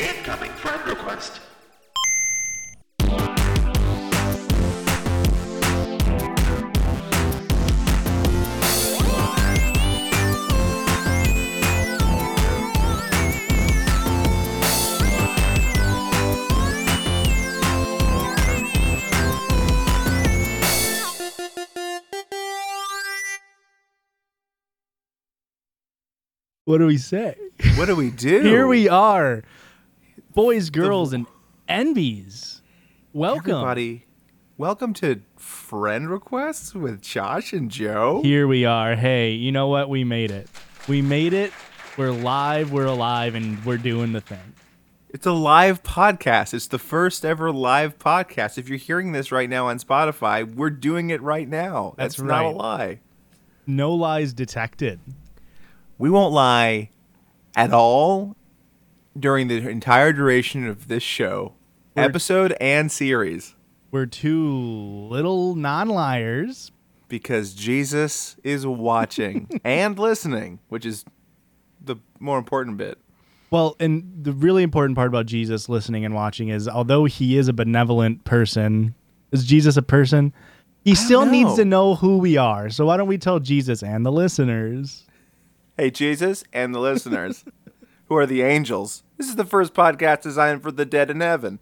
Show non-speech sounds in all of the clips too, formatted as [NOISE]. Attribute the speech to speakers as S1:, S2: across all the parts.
S1: Incoming friend request.
S2: What do we say?
S3: What do we do?
S2: Here we are, boys, girls, and envies. Welcome.
S3: Everybody, welcome to Friend Requests with Josh and Joe.
S2: Here we are. Hey, you know what? We made it. We made it. We're live. We're alive, and we're doing the thing.
S3: It's a live podcast. It's the first ever live podcast. If you're hearing this right now on Spotify, we're doing it right now.
S2: That's
S3: not
S2: right.
S3: a lie.
S2: No lies detected.
S3: We won't lie at all during the entire duration of this show,
S2: We're-
S3: episode and series,
S2: We're two little non-liars.
S3: because Jesus is
S2: [LAUGHS]
S3: watching and listening, which is the more important bit.
S2: Well, and the really important part about Jesus listening and watching is, although he is a benevolent person, is Jesus a person? He still
S3: know.
S2: needs to know who we are. So why don't we tell Jesus and the listeners?
S3: Hey, Jesus and the
S2: [LAUGHS]
S3: listeners, who are the angels. This is the first podcast designed for the dead in heaven.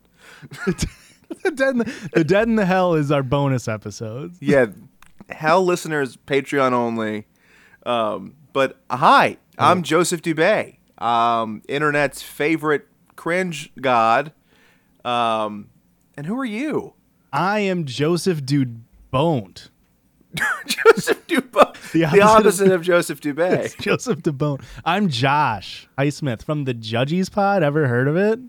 S2: the dead, in the, the dead in the hell is our bonus episodes.
S3: Yeah, hell listeners, Patreon only. Um, but hi, I'm Joseph Dubay, um, internet's favorite cringe god. Um, and who are you? [LAUGHS]
S2: I am Joseph Dude Boned.
S3: Joseph Dubay,
S2: The
S3: the
S2: opposite
S3: opposite,
S2: of- [LAUGHS]
S3: of, Joseph Dubay.
S2: Joseph DeBone. I'm Josh Highsmith from the Judges Pod. Ever heard of it?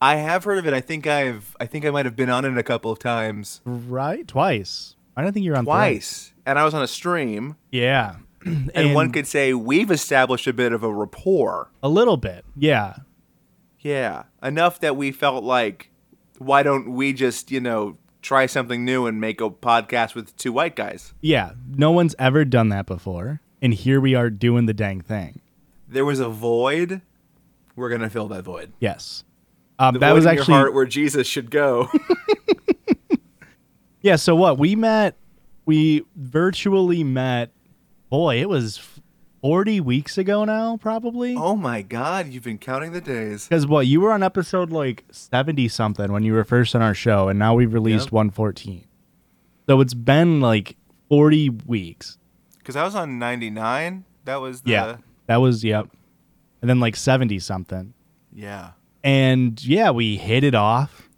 S3: I have heard of it. I think I've, I think I might have been on it a couple of times,
S2: Right? Twice. I don't think you're on thrice.
S3: twice, and I was on a stream.
S2: Yeah. and,
S3: [CLEARS THROAT] and one could say we've established a bit of a rapport.
S2: a little bit. Yeah.
S3: Yeah, enough that we felt like, why don't we just you know try something new and make a podcast with two white guys?
S2: Yeah, no one's ever done that before, and here we are doing the dang thing.
S3: There was a void. We're gonna fill that void.
S2: Yes, um,
S3: The
S2: that
S3: void
S2: was
S3: in
S2: actually
S3: your heart where Jesus should
S2: [LAUGHS]
S3: go.
S2: yeah. So what we met, we virtually met. Boy, it was forty weeks ago now, probably.
S3: oh my God, you've been counting the days.
S2: Because what you were on episode like seventy something when you were first on our show, and now we've released
S3: Yep.
S2: one fourteen. So it's been like forty weeks.
S3: Because I was on ninety nine. That was the
S2: Yeah, that was yep, and then like seventy something,
S3: yeah.
S2: and yeah, we hit it off.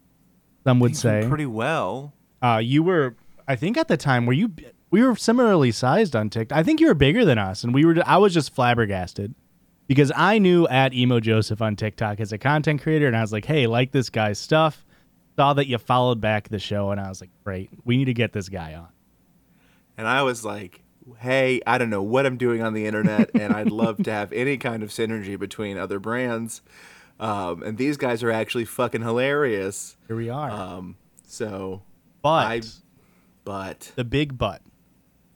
S2: Some would
S3: Things
S2: say
S3: went pretty well.
S2: Uh, you were, I think, at the time were you? We were similarly sized on TikTok. I think you were bigger than us, and we were. I was just flabbergasted because I knew at emo Joseph on TikTok as a content creator, and I was like, "Hey, like this guy's stuff." Saw that you followed back the show, and I was like, "Great, we need to get this guy on."
S3: And I was like, hey, I don't know what I'm doing on the internet, and I'd love to have any kind of synergy between other brands. Um, and these guys are actually fucking hilarious.
S2: Here we are.
S3: Um, so,
S2: but
S3: I- but
S2: the big but,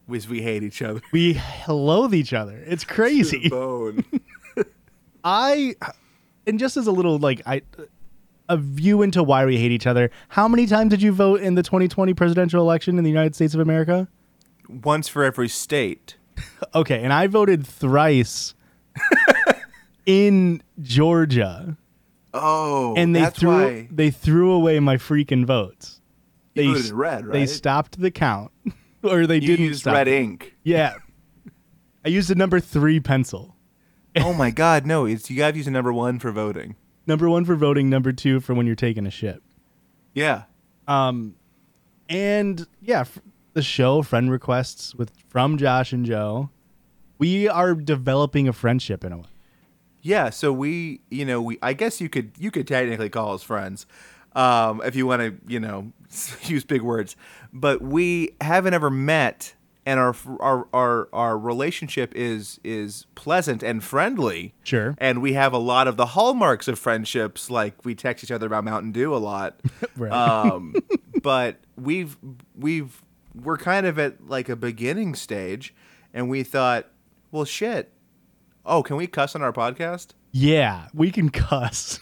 S3: we, we hate each other.
S2: we loathe each other. It's
S3: to
S2: crazy.
S3: the [LAUGHS] Bone.
S2: I and just as a little like I a view into why we hate each other. How many times did you vote in the 2020 presidential election in the United States of America?
S3: Once for every state.
S2: Okay, and I voted thrice [LAUGHS] in Georgia,
S3: Oh,
S2: and they
S3: that's
S2: threw
S3: why
S2: they threw away my freaking votes. They
S3: voted
S2: s-
S3: red,
S2: They
S3: right?
S2: stopped the count, [LAUGHS] or they
S3: you
S2: didn't
S3: used
S2: stop
S3: red
S2: it.
S3: ink.
S2: Yeah, I used a number three pencil.
S3: oh my God, no! It's you gotta use a number one for voting.
S2: Number one for voting. Number two for when you're taking a shit.
S3: Yeah,
S2: and yeah, f- the show friend requests with from Josh and Joe. We are developing a friendship in a way.
S3: Yeah, so we, you know, we I guess you could you could technically call us friends. Um, if you want to, you know, [LAUGHS] use big words, but we haven't ever met and our our our our relationship is is pleasant and friendly.
S2: Sure.
S3: And we have a lot of the hallmarks of friendships like we text each other about Mountain Dew a lot.
S2: Right.
S3: Um, [LAUGHS] but we've we've we're kind of at like a beginning stage and we thought, well shit. Oh, can we cuss on our podcast?
S2: Yeah, we can [LAUGHS] cuss.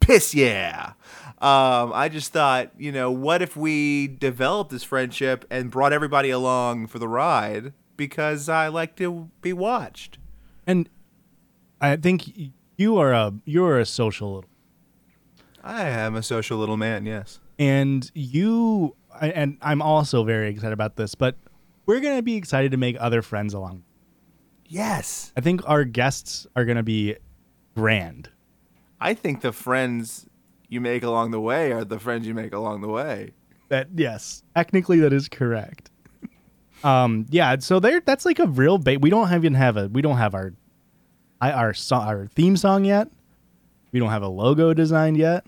S3: piss yeah. Um, I just thought, you know, what if we developed this friendship and brought everybody along for the ride because I like to be watched.
S2: And I think y- you are a you're a social little,
S3: I am a social little man, yes.
S2: and you I- and I'm also very excited about this, but we're gonna be excited to make other friends along.
S3: Yes.
S2: I think our guests are gonna be grand.
S3: I think the friends you make along the way are the friends you make along the way.
S2: That yes, technically that is correct. Um, yeah. So there, that's like a real bait. We don't even have a. We don't have our, I our so- our theme song yet. We don't have a logo designed yet,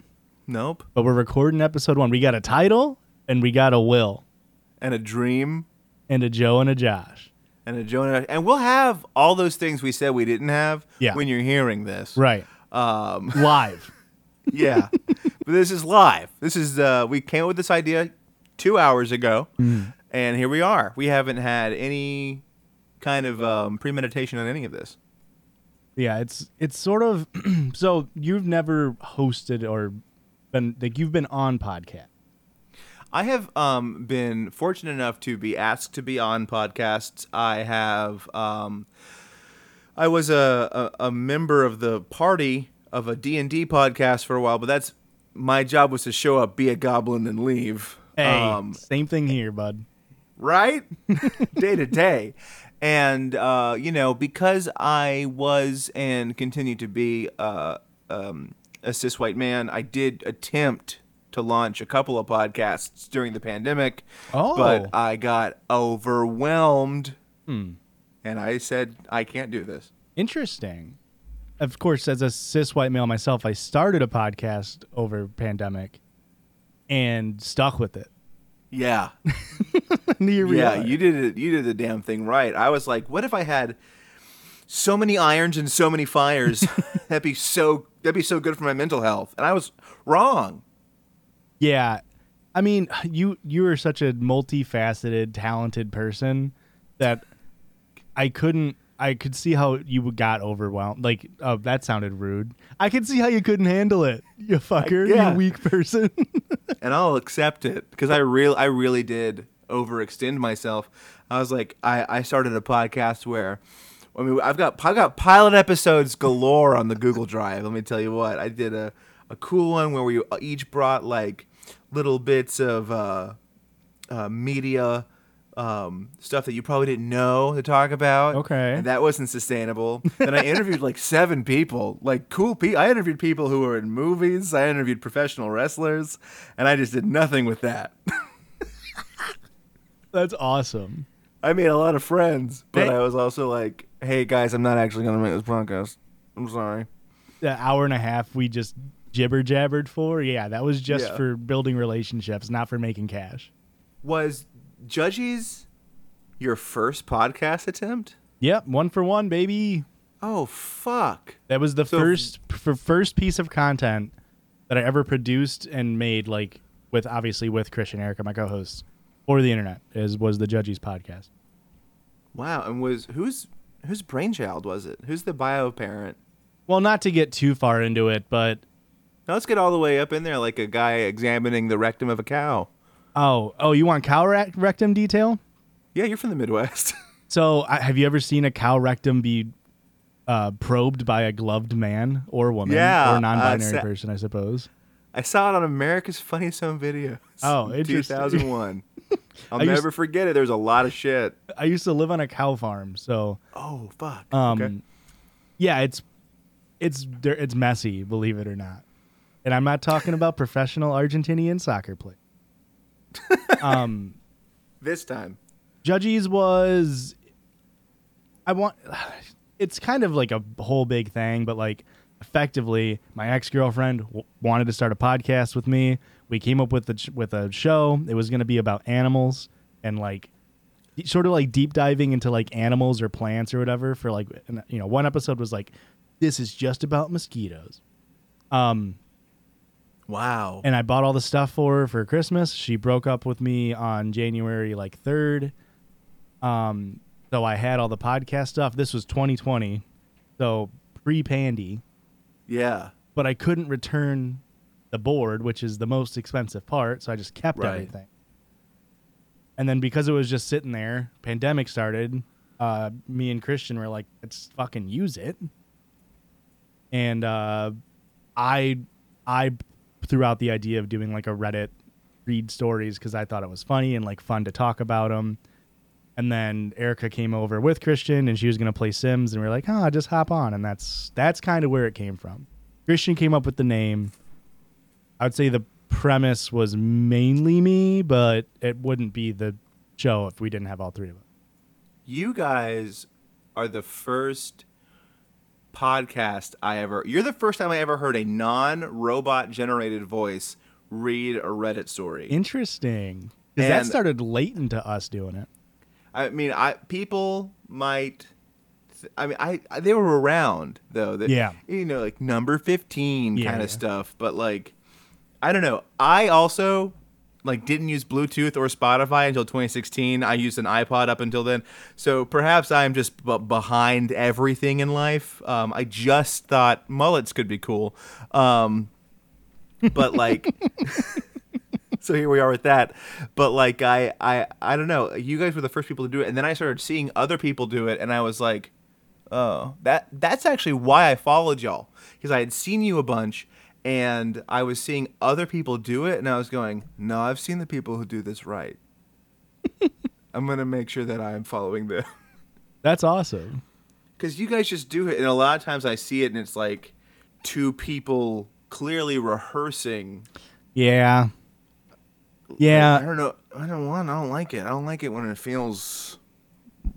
S3: Nope.
S2: but we're recording episode one. We got a title and we got a will
S3: And a dream
S2: and a Joe and a Josh.
S3: and a Jonah. And we'll have all those things we said we didn't have
S2: Yeah.
S3: when you're hearing this.
S2: Right.
S3: Um,
S2: [LAUGHS] Live.
S3: [LAUGHS] yeah. but this is live. This is, uh, we came up with this idea two hours ago.
S2: Mm.
S3: And here we are. We haven't had any kind of um, premeditation on any of this.
S2: yeah. It's it's sort of [CLEARS THROAT] so you've never hosted or been like you've been on podcast.
S3: I have um, been fortunate enough to be asked to be on podcasts. I have. Um, I was a, a, a member of the party of a D and D podcast for a while, but that's my job was to show up, be a goblin, and leave. Um,
S2: Hey, same thing here, bud.
S3: right? [LAUGHS] day to day. And, uh, you know, because I was and continue to be uh, um, a cis white man, I did attempt to launch a couple of podcasts during the pandemic.
S2: Oh.
S3: But I got overwhelmed. And I said, I can't do this.
S2: Interesting. Of course, as a cis white male myself, I started a podcast over pandemic and stuck with it. [LAUGHS]
S3: Yeah.
S2: And here we
S3: yeah,
S2: are.
S3: you did it. You did the damn thing right. I was like, what if I had so many irons and so many fires? that'd be so. That'd be so good for my mental health. And I was wrong.
S2: yeah. I mean, you you are such a multifaceted, talented person that I couldn't. I could see how you got overwhelmed. Like, oh, that sounded rude. I could see how you couldn't handle it. You fucker.
S3: yeah.
S2: You weak person. [LAUGHS]
S3: And I'll accept it because I real. I really did overextend myself. I was like, I, I started a podcast where. I mean, I've got I've got pilot episodes galore on the Google Drive. Let me tell you what I did a, a cool one where we each brought like little bits of uh, uh, media um, stuff that you probably didn't know to talk about.
S2: Okay.
S3: And that wasn't sustainable. Then I interviewed like seven people, like cool people. I interviewed people who were in movies, I interviewed professional wrestlers, and I just did nothing with that. [LAUGHS]
S2: That's awesome.
S3: I made a lot of friends, but
S2: Hey.
S3: I was also like, hey guys, I'm not actually going to make this podcast. I'm sorry.
S2: the hour and a half we just jibber jabbered for, yeah, that was just
S3: Yeah.
S2: for building relationships, not for making cash.
S3: Was Judges your first podcast attempt?
S2: Yep, one for one, baby.
S3: Oh, fuck.
S2: That was the
S3: So-
S2: first f- first piece of content that I ever produced and made, like with obviously with Christian Erica, my co-host, or the internet is was the Judges podcast.
S3: Wow. And was whose whose brainchild was it? Who's the bio parent?
S2: Well, not to get too far into it, but
S3: Now let's get all the way up in there like a guy examining the rectum of a cow.
S2: oh oh, you want cow rec- rectum detail?
S3: Yeah, you're from the Midwest. [LAUGHS]
S2: So, I, have you ever seen a cow rectum be uh, probed by a gloved man or woman
S3: Yeah,
S2: or
S3: uh,
S2: non-binary
S3: sa-
S2: person? I suppose.
S3: I saw it on America's Funniest Home Videos.
S2: Oh,
S3: in
S2: interesting. [LAUGHS]
S3: 2001. I'll
S2: I used-
S3: never forget it. There was a lot of shit.
S2: I used to live on a cow farm, so
S3: Oh, fuck.
S2: um,
S3: okay.
S2: yeah, it's it's there- it's messy, believe it or not. And I'm not talking about professional Argentinian soccer play.
S3: This time.
S2: Judges was I want it's kind of like a whole big thing, but like effectively, my ex girlfriend w- wanted to start a podcast with me. We came up with the ch- with a show. It was going to be about animals and like d- sort of like deep diving into like animals or plants or whatever. For like an- you know, one episode was like, "This is just about mosquitoes."
S3: Wow.
S2: and I bought all the stuff for her for Christmas. She broke up with me on January like third. Um, so I had all the podcast stuff. This was 2020, so pre-pandy,
S3: yeah.
S2: but I couldn't return the board, which is the most expensive part. So I just kept
S3: Right.
S2: everything. And then because it was just sitting there, pandemic started. Uh, me and Christian were like, let's fucking use it. And uh, I, I threw out the idea of doing like a Reddit read stories because I thought it was funny and like fun to talk about them. And then Erica came over with Christian and she was going to play Sims and we were like, "Huh, just hop on." And that's that's kind of where it came from. Christian came up with the name. I would say the premise was mainly me, but it wouldn't be the show if we didn't have all three of us.
S3: You guys are the first podcast I ever. You're the first time I ever heard a non-robot generated voice read a Reddit story.
S2: Interesting. Cuz that
S3: And-
S2: started late into us doing it.
S3: I mean, I people might. th- I mean, I, I they were around though. That,
S2: Yeah.
S3: you know, like number fifteen
S2: Yeah,
S3: kind
S2: yeah.
S3: of stuff. But like, I don't know. I also like didn't use Bluetooth or Spotify until 2016. I used an iPod up until then. So perhaps I'm just b- behind everything in life. Um, I just thought mullets could be cool. Um, but like [LAUGHS] so here we are with that but like I, I i don't know you guys were the first people to do it and then i started seeing other people do it and i was like oh that that's actually why i followed y'all because i had seen you a bunch and i was seeing other people do it and i was going no i've seen the people who do this right [LAUGHS] i'm gonna make sure that i'm following them [LAUGHS]
S2: That's awesome.
S3: because you guys just do it and a lot of times i see it and it's like two people clearly rehearsing
S2: Yeah.
S3: I
S2: Yeah,
S3: don't know. I don't want. I don't like it. I don't like it when it feels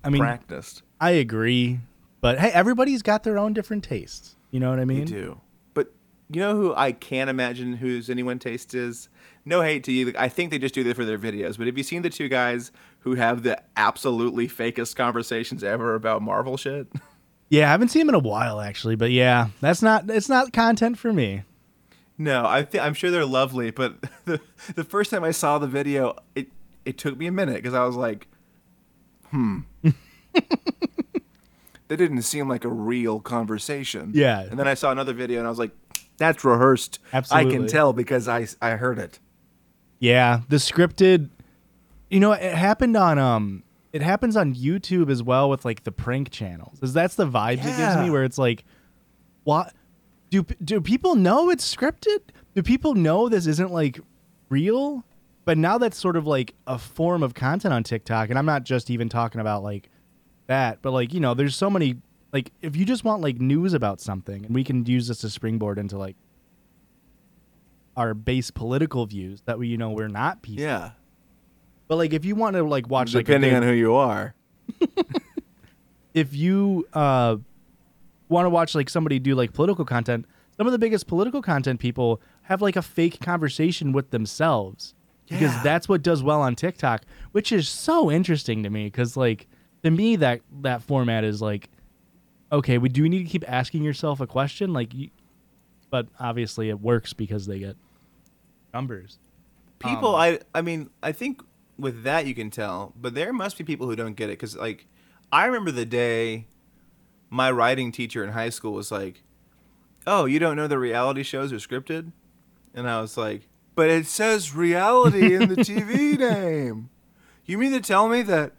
S2: I mean,
S3: practiced.
S2: I agree, but hey, everybody's got their own different tastes. You know what I
S3: You
S2: mean?
S3: do. But you know who I can't imagine whose anyone taste is. No hate to you. Like, I think they just do this for their videos. But have you seen the two guys who have the absolutely fakest conversations ever about Marvel shit? [LAUGHS]
S2: Yeah, I haven't seen him in a while actually, but yeah, that's not it's not content for me.
S3: No, I th- I'm sure they're lovely. But [LAUGHS] the the first time I saw the video, it it took me a minute because I was like, hmm. [LAUGHS] that didn't seem like a real conversation.
S2: Yeah.
S3: And then I saw another video and I was like, that's rehearsed. I
S2: Absolutely.
S3: can tell because I I heard it.
S2: Yeah, the scripted you know, it happened on um it happens on YouTube as well with like the prank channels. Is that's the vibes it gives
S3: Yeah.
S2: me where it's like what do do people know it's scripted? Do people know this isn't like real? But now that's sort of like a form of content on TikTok and I'm not just even talking about like that, but like, you know, there's so many like if you just want like news about something and we can use this to springboard into like our base political views that we you know we're not people.
S3: Yeah.
S2: But like, if you want to like watch, like, a
S3: Depending
S2: good-
S3: on who you are.
S2: if you uh, want to watch like somebody do like political content, some of the biggest political content people have like a fake conversation with themselves because
S3: Yeah.
S2: that's what does well on TikTok, which is so interesting to me because like to me that that format is like okay, we do we need to keep asking yourself a question like, you, but obviously it works because they get numbers.
S3: people
S2: Um,
S3: i i mean i think with that you can tell but there must be people who don't get it because like i remember the day my writing teacher in high school was like oh you don't know the reality shows are scripted and i was like but it says reality in the tv name you mean to tell me that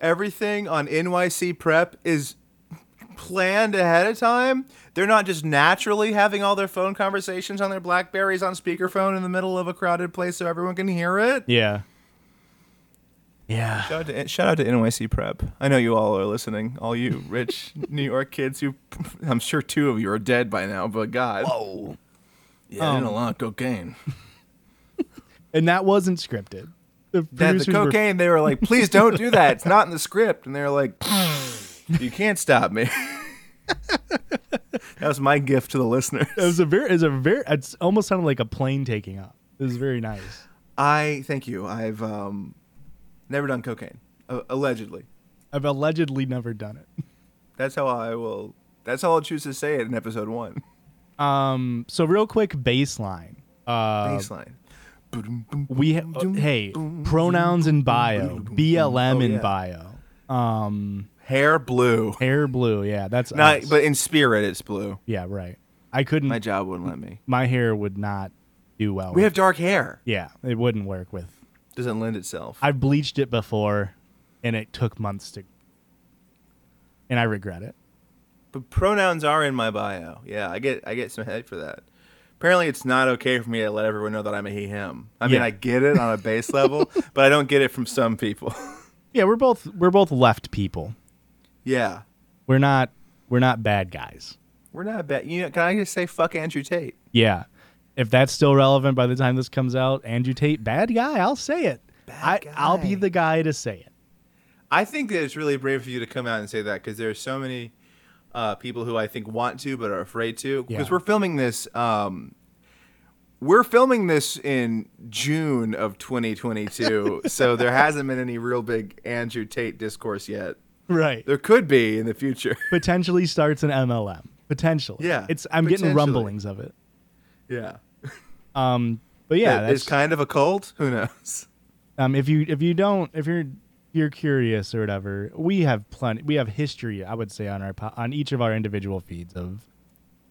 S3: everything on nyc prep is planned ahead of time they're not just naturally having all their phone conversations on their blackberries on speakerphone in the middle of a crowded place so everyone can hear it
S2: Yeah. Yeah.
S3: Shout out, to, shout out to NYC Prep. I know you all are listening. All [LAUGHS] you rich New York kids who, I'm sure two of you are dead by now, but God. Um, Whoa. Yeah,
S2: I did a
S3: lot of [LAUGHS] cocaine.
S2: and that wasn't scripted. The
S3: That the
S2: producers were-
S3: cocaine, they were like, please don't do that. It's not in the script. And they were [LAUGHS] like, you can't stop me. [LAUGHS] that was my gift to the listeners.
S2: it was a very, it was a very, it's almost sounded like a plane taking off. It was very nice.
S3: I thank you. I've um, never done cocaine, uh, allegedly.
S2: I've allegedly never done it.
S3: That's how I will. That's how I'll choose to say it in episode one.
S2: Um, so real quick, baseline. Uh,
S3: Baseline.
S2: we ha- uh, hey pronouns in bio, BLM in
S3: yeah.
S2: bio,
S3: Hair blue.
S2: hair blue. Yeah, that's
S3: Not,
S2: us.
S3: but in spirit, it's blue.
S2: yeah, right. I couldn't.
S3: My
S2: My,
S3: job wouldn't let me.
S2: hair would not do well.
S3: We
S2: with.
S3: have dark hair.
S2: yeah, it wouldn't work with.
S3: Doesn't lend itself.
S2: I've bleached it before, and it took months to. And I regret it.
S3: But pronouns are in my bio. Yeah, I get I get some head for that. Apparently, it's not okay for me to let everyone know that I'm a he him. I mean,
S2: Yeah.
S3: I get it on a base
S2: [LAUGHS]
S3: level, but I don't get it from some people. [LAUGHS]
S2: Yeah, we're both we're both left people.
S3: yeah,
S2: We're not we're not bad guys.
S3: we're not bad. You know, can I just say fuck Andrew Tate?
S2: Yeah. If that's still relevant by the time this comes out, Andrew Tate, bad guy, I'll say it. I,
S3: Bad
S2: I'll be
S3: guy.
S2: the guy to say it.
S3: I think that it's really brave of you to come out and say that because there are so many uh, people who I think want to but are afraid to. Because
S2: Yeah.
S3: we're filming this, um, we're filming this in June of [LAUGHS] 2022, so there hasn't been any real big Andrew Tate discourse yet.
S2: Right.
S3: There could be in the future.
S2: Potentially starts an MLM. Potentially.
S3: Yeah,
S2: It's I'm getting
S3: potentially.
S2: rumblings of it.
S3: [LAUGHS] yeah,
S2: Um but yeah,
S3: It-
S2: that's
S3: it's kind of a cult. Who knows?
S2: um if you if you don't if you're you're curious or whatever, we have plenty we have history, I would say on our po- on each of our individual feeds of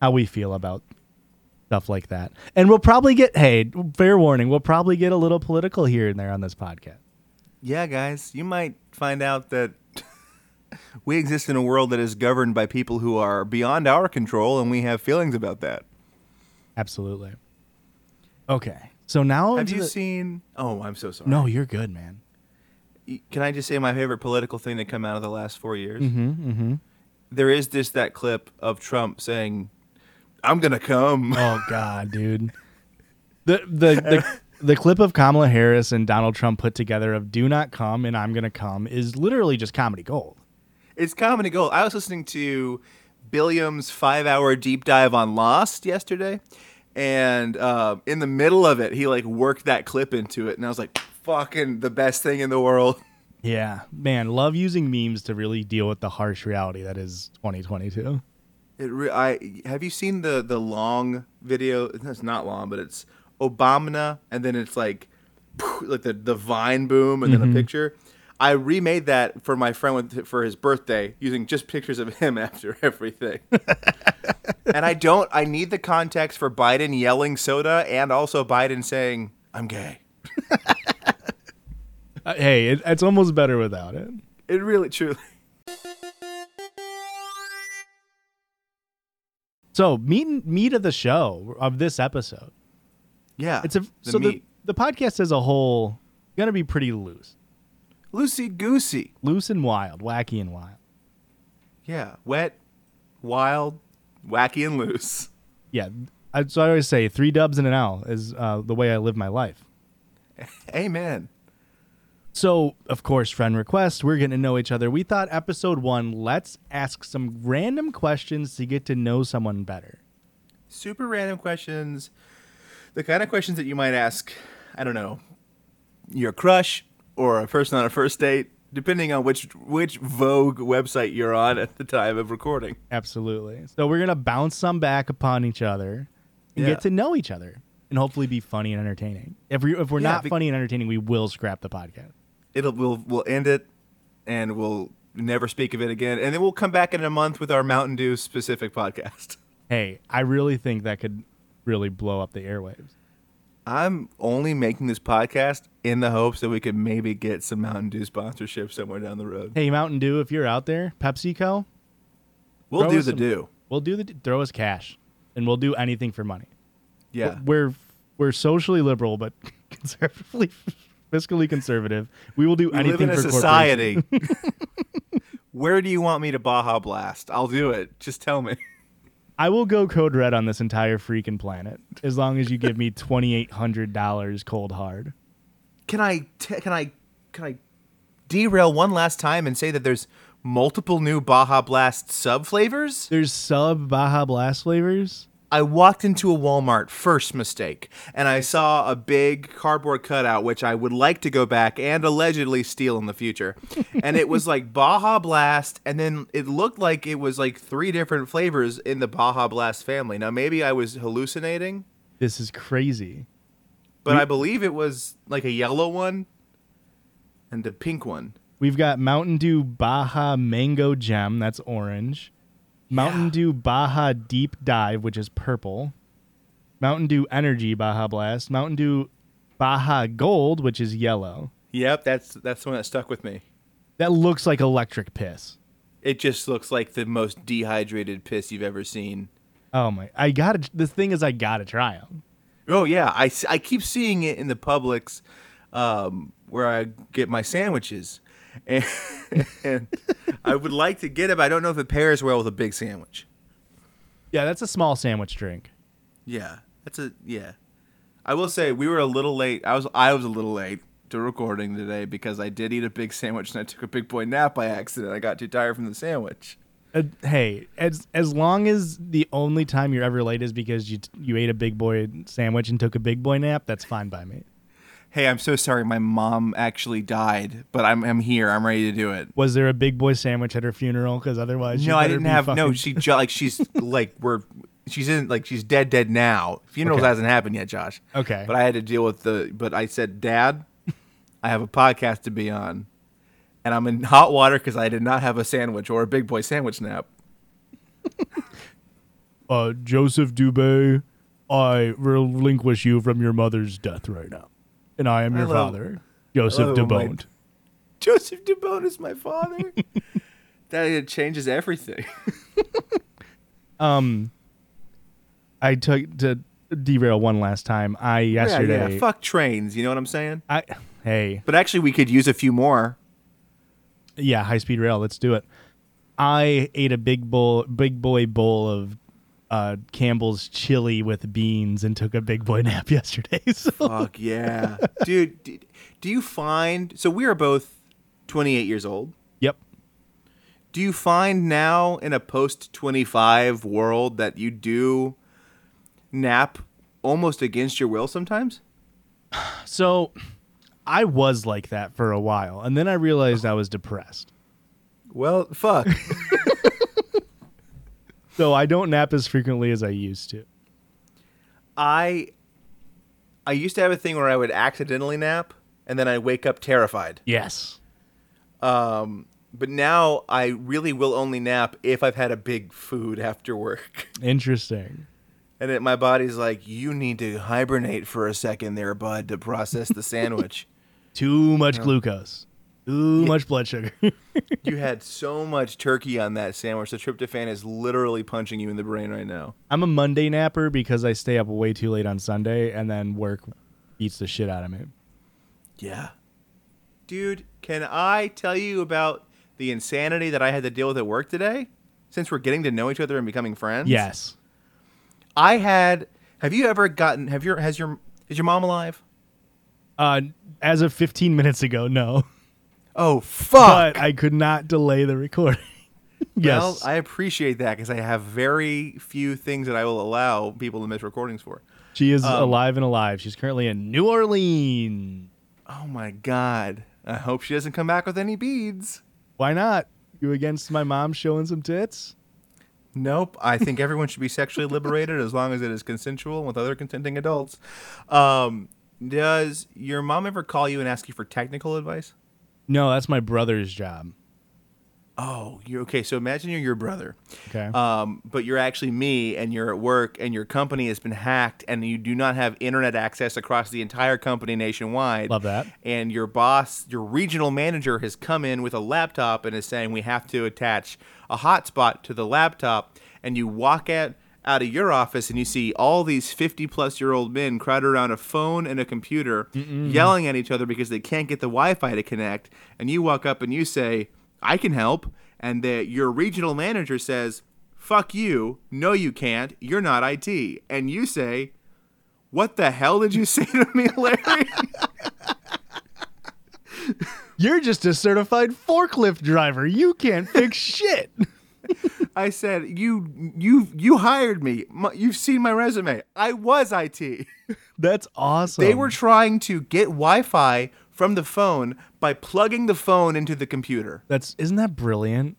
S2: how we feel about stuff like that. And we'll probably get hey, fair warning, we'll probably get a little political here and there on this podcast.
S3: Yeah, guys, you might find out that [LAUGHS] we exist in a world that is governed by people who are beyond our control, and we have feelings about that.
S2: Absolutely. Okay. So now
S3: Have
S2: to
S3: you
S2: the-
S3: seen? Oh, I'm so sorry.
S2: No, you're good, man.
S3: Y- Can I just say my favorite political thing to come out of the last four years?
S2: Mm-hmm, mm-hmm.
S3: There is this that clip of Trump saying, "I'm gonna come." [LAUGHS]
S2: Oh god, dude. The the the the clip of Kamala Harris and Donald Trump put together of "Do not come" and "I'm gonna come" is literally just comedy gold.
S3: It's comedy gold. I was listening to Billiam's five-hour deep dive on Lost yesterday, and uh, in the middle of it, he like worked that clip into it, and I was like, "Fucking the best thing in the world."
S2: Yeah, man, love using memes to really deal with the harsh reality that is 2022.
S3: It re- I have you seen the the long video? It's not long, but it's Obama, and then it's like like the the vine boom, and
S2: Mm-hmm.
S3: then a picture. I remade that for my friend with, for his birthday using just pictures of him [LAUGHS] after everything. and I don't. I need the context for Biden yelling soda and also Biden saying I'm gay.
S2: Uh, hey, it, it's almost better without it.
S3: It really truly.
S2: So meat meat of the show of this episode.
S3: Yeah,
S2: It's a
S3: the
S2: so
S3: meat.
S2: the the podcast as a whole gonna be pretty loose,
S3: loosey goosey.
S2: loose and wild, wacky and wild.
S3: Yeah, wet, wild, wacky and loose.
S2: Yeah, I, so I always say three dubs and an L is uh, the way I live my life.
S3: Amen.
S2: So, of course, friend request, we're getting to know each other. We thought episode one, let's ask some random questions to get to know someone better.
S3: super random questions the kind of questions that you might ask i don't know your crush or a person on a first date depending on which which vogue website you're on at the time of recording
S2: Absolutely. So, we're going to bounce some back upon each other and
S3: Yeah.
S2: get to know each other and hopefully be funny and entertaining. If, we, if we're
S3: Yeah,
S2: not
S3: be-
S2: funny and entertaining, we will scrap the podcast.
S3: it'll we'll, we'll end it and we'll never speak of it again and then we'll come back in a month with our mountain dew specific podcast
S2: Hey, I really think that could really blow up the airwaves.
S3: i'm only making this podcast in the hopes that we could maybe get some mountain dew sponsorship somewhere down the road
S2: Hey, Mountain Dew, if you're out there, PepsiCo,
S3: we'll
S2: throw
S3: do
S2: us
S3: the
S2: some-
S3: do
S2: we'll do the throw us cash and we'll do anything for money.
S3: yeah
S2: we're we're socially liberal but [LAUGHS] conservatively fiscally conservative. We will do
S3: We live in
S2: anything
S3: a
S2: for corporations.
S3: society. [LAUGHS] Where do you want me to Baja Blast? I'll do it. Just tell me.
S2: I will go code red on this entire freaking planet as long as you give me twenty eight hundred dollars cold hard.
S3: Can I? T- can I? Can I derail one last time and say that there's multiple new Baja Blast sub flavors?
S2: There's sub Baja Blast flavors.
S3: I walked into a Walmart first mistake, and I saw a big cardboard cutout, which I would like to go back and allegedly steal in the [LAUGHS] future. And it was like Baja Blast, and then it looked like it was like three different flavors in the Baja Blast family. Now maybe I was hallucinating.
S2: This is crazy.
S3: but I believe it was like a yellow one and a pink one.
S2: We've got Mountain Dew Baja Mango Gem, that's orange. Mountain
S3: Yeah.
S2: Dew Baja Deep Dive, which is purple. Mountain Dew Energy Baja Blast, Mountain Dew Baja Gold, which is yellow.
S3: Yep, that's that's the one that stuck with me.
S2: That looks like electric piss.
S3: It just looks like the most dehydrated piss you've ever seen.
S2: Oh my! I gotta. The thing is, I gotta try them.
S3: Oh yeah, I, s- I keep seeing it in the Publix, um, where I get my sandwiches, [LAUGHS] and, and I would like to get it, but I don't know if it pairs well with a big sandwich.
S2: Yeah, that's a small sandwich drink.
S3: Yeah, that's a yeah. I will say we were a little late. I was I was a little late to recording today because I did eat a big sandwich and I took a big boy nap by accident. I got too tired from the sandwich.
S2: Uh, hey, as as long as the only time you're ever late is because you you ate a big boy sandwich and took a big boy nap, that's fine by me.
S3: Hey, I'm so sorry. My mom actually died, but I'm I'm here. I'm ready to do it.
S2: Was there a big boy sandwich at her funeral? Because otherwise, you
S3: no, I
S2: better
S3: didn't
S2: be
S3: have. No,
S2: fucking- [LAUGHS]
S3: she ju- like she's like we're she's in like she's dead dead now. Funerals
S2: Okay.
S3: hasn't happened yet, Josh.
S2: Okay.
S3: but I had to deal with the. But I said, Dad, I have a podcast to be on, and I'm in hot water because I did not have a sandwich or a big boy sandwich nap. [LAUGHS]
S2: uh, Joseph Dubé, I relinquish you from your mother's death right now, and I am your
S3: Hello.
S2: father, Joseph
S3: Hello, my-
S2: Duboned.
S3: Joseph DeBone is my
S2: [LAUGHS]
S3: father. that it changes everything.
S2: I took to derail one last time. I
S3: [LAUGHS]
S2: yesterday.
S3: yeah, yeah. Fuck trains. You know what I'm saying?
S2: I hey
S3: But actually, we could use a few more.
S2: yeah high speed rail. Let's do it. I ate a big bowl, big boy bowl of uh, Campbell's chili with beans and took a big boy [LAUGHS] nap yesterday. So
S3: Fuck
S2: [LAUGHS]
S3: yeah, dude. d- Do you find so we are both 28 years old?
S2: yep.
S3: Do you find now in a post 25 world that you do nap almost against your will sometimes?
S2: So I was like that for a while, and then I realized I was depressed.
S3: Well, fuck.
S2: So I don't nap as frequently as I used to.
S3: [LAUGHS] I I used to have a thing where I would accidentally nap and then I wake up terrified.
S2: Yes.
S3: But now I really will only nap if I've had a big food after work. [LAUGHS]
S2: Interesting.
S3: And it, my body's like, "You need to hibernate for a second there, bud, to process the sandwich."
S2: Too much glucose. Too much blood sugar. [LAUGHS]
S3: You had so much turkey on that sandwich. The tryptophan is literally punching you in the brain right now.
S2: I'm a Monday napper because I stay up way too late on Sunday and then work eats the shit out of me.
S3: Yeah. Dude, can I tell you about the insanity that I had to deal with at work today? Since we're getting to know each other and becoming friends?
S2: Yes.
S3: I had have you ever gotten have your has your is your mom alive?
S2: Uh, as of 15 minutes ago, no.
S3: Oh fuck.
S2: But I could not delay the recording. [LAUGHS] yes.
S3: Well, I appreciate that because I have very few things that I will allow people to miss recordings for.
S2: she is
S3: um,
S2: alive and alive. She's currently in New Orleans.
S3: Oh my god. I hope she doesn't come back with any beads.
S2: Why not? You against my mom showing some tits?
S3: Nope. I think everyone should be sexually liberated as long as it is consensual with other consenting adults. Um, does your mom ever call you and ask you for technical advice?
S2: No, that's my brother's job.
S3: Oh, you're okay. So imagine you're your brother,
S2: Okay.
S3: um, but you're actually me, and you're at work, and your company has been hacked, and you do not have internet access across the entire company nationwide.
S2: Love that.
S3: And your boss, your regional manager, has come in with a laptop and is saying we have to attach a hotspot to the laptop. And you walk out out of your office and you see all these 50 plus year old men crowded around a phone and a computer yelling at each other because they can't get the Wi-Fi to connect. And you walk up and you say, "I can help." And the, your regional manager says, "Fuck you! No, you can't. You're not IT." And you say. What the hell did you [LAUGHS] say to me, Larry?
S2: You're just a certified forklift driver. You can't
S3: [LAUGHS]
S2: fix shit.
S3: I said, "You, you, you hired me. My, you've seen my resume. I was IT.
S2: That's awesome.
S3: They were trying to get Wi-Fi from the phone by plugging the phone into the computer.
S2: That's isn't that brilliant?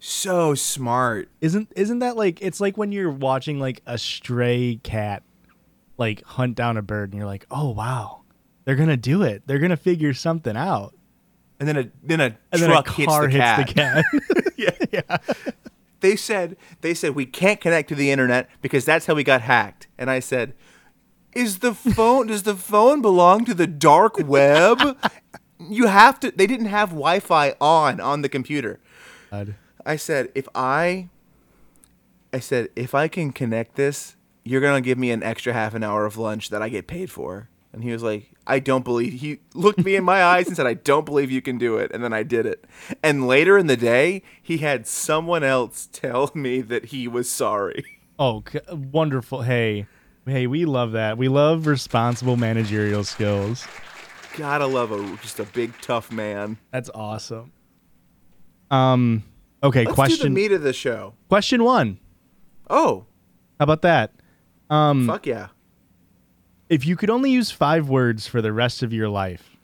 S3: So smart.
S2: Isn't isn't that like it's like when you're watching like a stray cat like hunt down a bird and you're like, "Oh wow. They're going to do it. They're going to figure something out."
S3: And then a then a
S2: And
S3: truck
S2: then a car
S3: hits, the, cat.
S2: hits the cat.
S3: [LAUGHS] They said they said we can't connect to the internet because that's how we got hacked. And I said, Is the phone does the phone belong to the [LAUGHS] dark web? you have to they didn't have Wi-Fi on on the computer.
S2: God.
S3: I said, if I, I said, if I can connect this, you're gonna give me an extra half an hour of lunch that I get paid for. And he was like, I don't believe. He looked me in my eyes and said, I don't believe you can do it. And then I did it. And later in the day, he had someone else tell [LAUGHS] me that he was sorry.
S2: Oh, c- wonderful. Hey, hey, we love that. We love responsible managerial skills.
S3: Gotta love a just a big tough man.
S2: That's awesome. Um. Okay.
S3: Let's do the
S2: question.
S3: meat of the show.
S2: question one.
S3: Oh,
S2: How about that?
S3: fuck yeah.
S2: If you could only use five words for the rest of your life,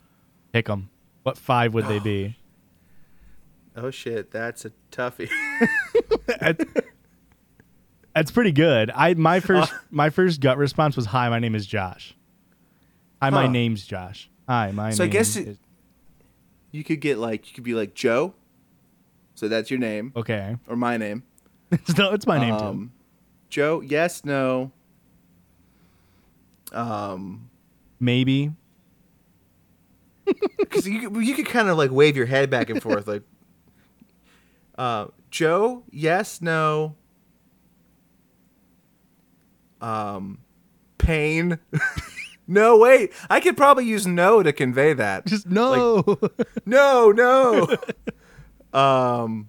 S2: pick them. What
S3: [SIGHS]
S2: five would they be?
S3: Oh shit, that's a toughie. [LAUGHS]
S2: That's pretty good.
S3: [LAUGHS]
S2: I my first my first gut response was hi, my name is Josh. Hi, my
S3: Huh.
S2: name's Josh. Hi, my
S3: So I
S2: name
S3: guess it-
S2: is-
S3: you could get like you could be like Joe. So that's your name
S2: okay. [LAUGHS]
S3: or my name.
S2: no, it's my name too.
S3: Um, Joe, yes, no. [LAUGHS]
S2: Maybe.
S3: Because you, could- you could kind of like wave your head back and forth, like, [LAUGHS] uh, Joe, yes, no. Um, pain. [LAUGHS] no, wait. I could probably use no to convey that.
S2: Just no.
S3: No, no. [LAUGHS] um,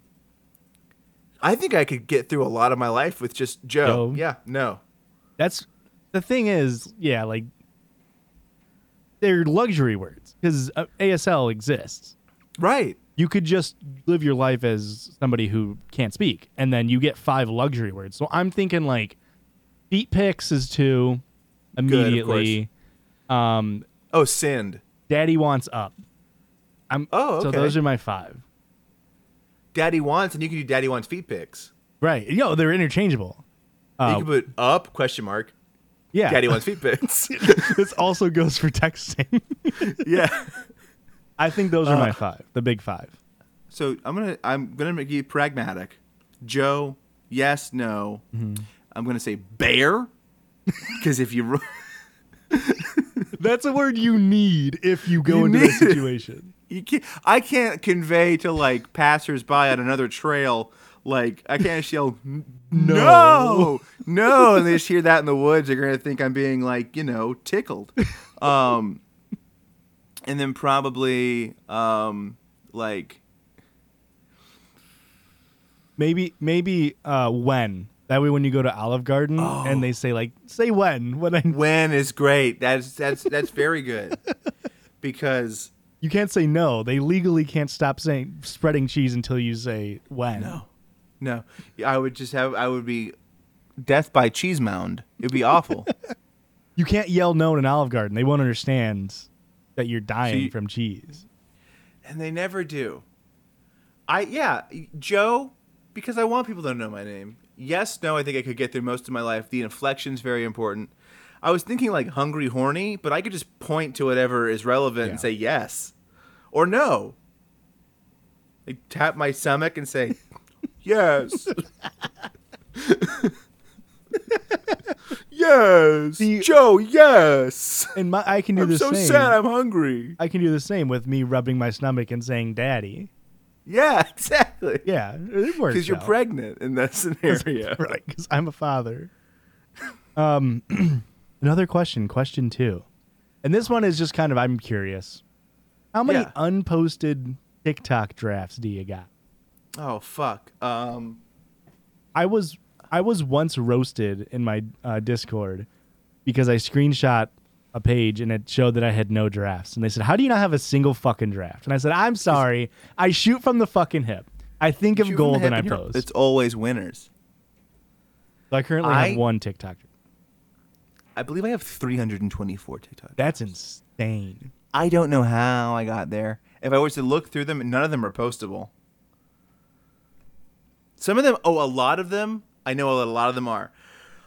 S3: I think I could get through a lot of my life with just Joe.
S2: Joe.
S3: Yeah, no.
S2: [LAUGHS] That's the thing is, yeah, like they're luxury words because uh, ASL exists.
S3: Right.
S2: You could just live your life as somebody who can't speak, and then you get five luxury words. So I'm thinking like feet picks is two
S3: course.
S2: immediately. um,
S3: Oh, Sind.
S2: Daddy wants up. I'm
S3: Oh,
S2: so
S3: okay.
S2: those are my five.
S3: Daddy wants, and you can do Daddy wants feet pics.
S2: Right? Yo, they're interchangeable. Uh,
S3: you can put up question mark.
S2: Yeah, [LAUGHS]
S3: Daddy wants feet pics. [LAUGHS]
S2: this also goes for texting.
S3: yeah.
S2: I think those are my five, the big five.
S3: So I'm gonna I'm gonna make you pragmatic. Joe, yes, no. I'm gonna say bear because if you ro-
S2: That's a word you need if you go
S3: You
S2: into
S3: need
S2: this
S3: it.
S2: situation.
S3: you can't, I can't convey to like passersby on another trail like I can't just yell "N- no no and they just hear that in the woods they're gonna think I'm being like you know tickled, um, and then probably um like
S2: Maybe maybe uh, when that way when you go to Olive Garden and they say like say when when I
S3: when is great. That's that's that's very good because
S2: you can't say no they legally can't stop saying spreading cheese until you say when. No.
S3: no, I would just have I would be death by cheese mound. It'd be awful.
S2: You can't yell no in an Olive Garden. They won't understand that you're dying
S3: you-
S2: from cheese.
S3: and they never do. I yeah, Joe, because I want people to know my name. Yes, no, I think I could get through most of my life. The inflection's very important. I was thinking like hungry, horny, but I could just point to whatever is relevant
S2: Yeah.
S3: and say yes or no. Like tap my stomach and say [LAUGHS] yes. [LAUGHS] yes.
S2: The-
S3: Joe, yes.
S2: And my I can do
S3: I'm
S2: the
S3: so
S2: same.
S3: sad I'm hungry.
S2: I can do the same with me rubbing my stomach and saying daddy.
S3: Yeah, [LAUGHS] exactly.
S2: Yeah, it works.
S3: because you're
S2: out.
S3: pregnant in that [LAUGHS]
S2: [LAUGHS]
S3: scenario.
S2: right because i'm a father um [CLEARS THROAT] another question question two and this one is just kind of i'm curious how many
S3: Yeah.
S2: unposted tiktok drafts do you got
S3: Oh fuck. Um,
S2: i was i was once roasted in my uh, discord because i screenshot a page and it showed that i had no drafts and they said how do you not have a single fucking draft and i said i'm sorry i shoot from the fucking hip i think of
S3: shoot from the
S2: gold
S3: hip
S2: and i
S3: and you're-
S2: post
S3: It's always winners.
S2: so i currently
S3: I-
S2: have one tiktok draft.
S3: I believe I have 324 TikTok.
S2: that's insane
S3: I don't know how I got there. If I was to look through them, none of them are postable. Some of them, oh, a lot of them. I know a lot of them are.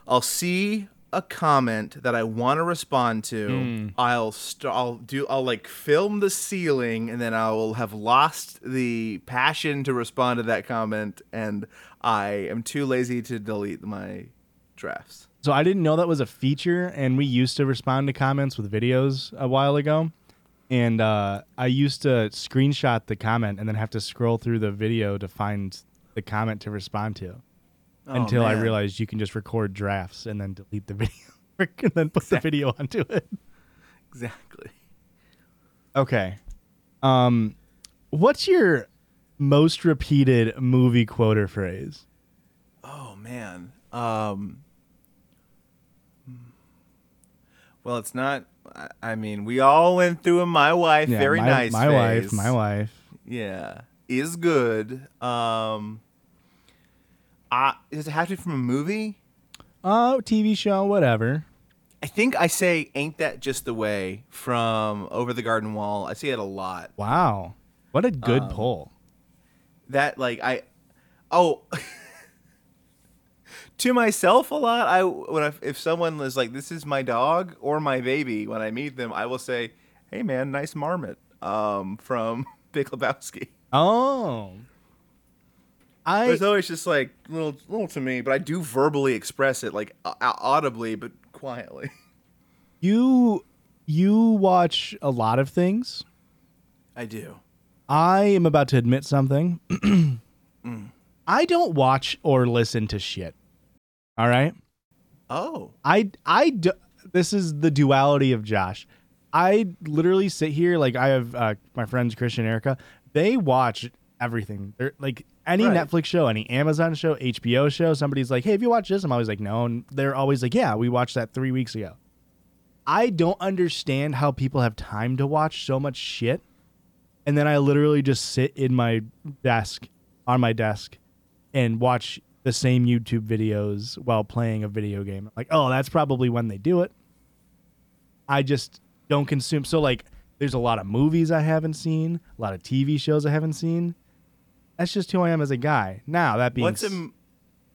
S3: I'll see a comment that I want to respond to.
S2: Hmm.
S3: I'll st- I'll do I'll like film the ceiling and then I will have lost the passion to respond to that comment and I am too lazy to delete my drafts.
S2: So I didn't know that was a feature, and we used to respond to comments with videos a while ago. And uh, I used to screenshot the comment and then have to scroll through the video to find the comment to respond to until I
S3: Oh, man.
S2: realized you can just record drafts and then delete the [LAUGHS] video and then put the video onto it.
S3: Exactly.
S2: Okay. Um, what's your most repeated movie quote or phrase?
S3: Oh man. Um Well, it's not I- I mean, we all went through a my wife very
S2: my,
S3: nice
S2: My wife,
S3: phase.
S2: my wife.
S3: Yeah. Is good. Um I does it have to be from a movie?
S2: Oh, TV show, whatever.
S3: I think I say ain't that just the way from Over the Garden Wall. I see it a lot.
S2: Wow, what a good poll.
S3: that like I oh [LAUGHS] to myself a lot I when I, if someone was like this is my dog or my baby when I meet them I will say hey man nice marmot um from [LAUGHS] Big Lebowski
S2: Oh, I
S3: it's always just like little little to me but I do verbally express it like au- audibly but quietly [LAUGHS]
S2: you you watch a lot of things.
S3: I do
S2: I am about to admit something. [CLEARS THROAT] I don't watch or listen to shit. All right.
S3: oh
S2: I I d- this is the duality of Josh. I literally sit here like I have uh, my friends Christian and Erica. They watch everything. They're like any
S3: Right.
S2: Netflix show, any Amazon show, HBO show. Somebody's like, "Hey, have you watched this?" I'm always like, "No," and they're always like, "Yeah, we watched that three weeks ago." I don't understand how people have time to watch so much shit, and then I literally just sit in my desk on my desk and watch the same YouTube videos while playing a video game. Like, oh, that's probably when they do it. I just don't consume. So, like, there's a lot of movies I haven't seen, a lot of TV shows I haven't seen. That's just who I am as a guy. Now that being
S3: what's a
S2: s-
S3: m-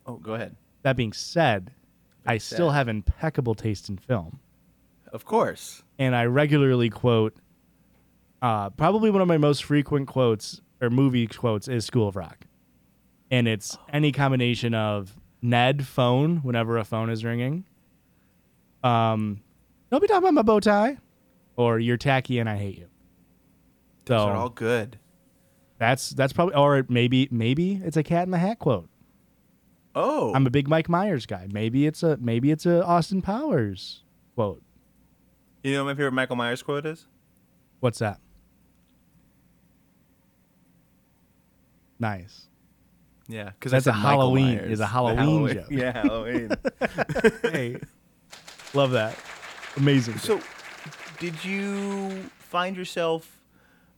S3: oh go ahead
S2: that being said, I still
S3: said.
S2: have impeccable taste in film,
S3: of course
S2: and I regularly quote. Uh, probably one of my most frequent quotes or movie quotes is School of Rock, and it's any combination of Ned phone whenever a phone is ringing. Um, don't be talking about my bow tie, or you're tacky and I hate you. So
S3: they're all good
S2: that's that's probably or maybe maybe it's a cat in the hat quote.
S3: oh
S2: I'm a big Mike Myers guy. Maybe it's a maybe it's a Austin Powers quote.
S3: you know what my favorite Michael Myers quote is
S2: What's that? Nice.
S3: Yeah, because
S2: That's a Halloween- is a Halloween joke.
S3: [LAUGHS] Yeah, Halloween.
S2: Hey, [LAUGHS] love that. Amazing.
S3: so, did you find yourself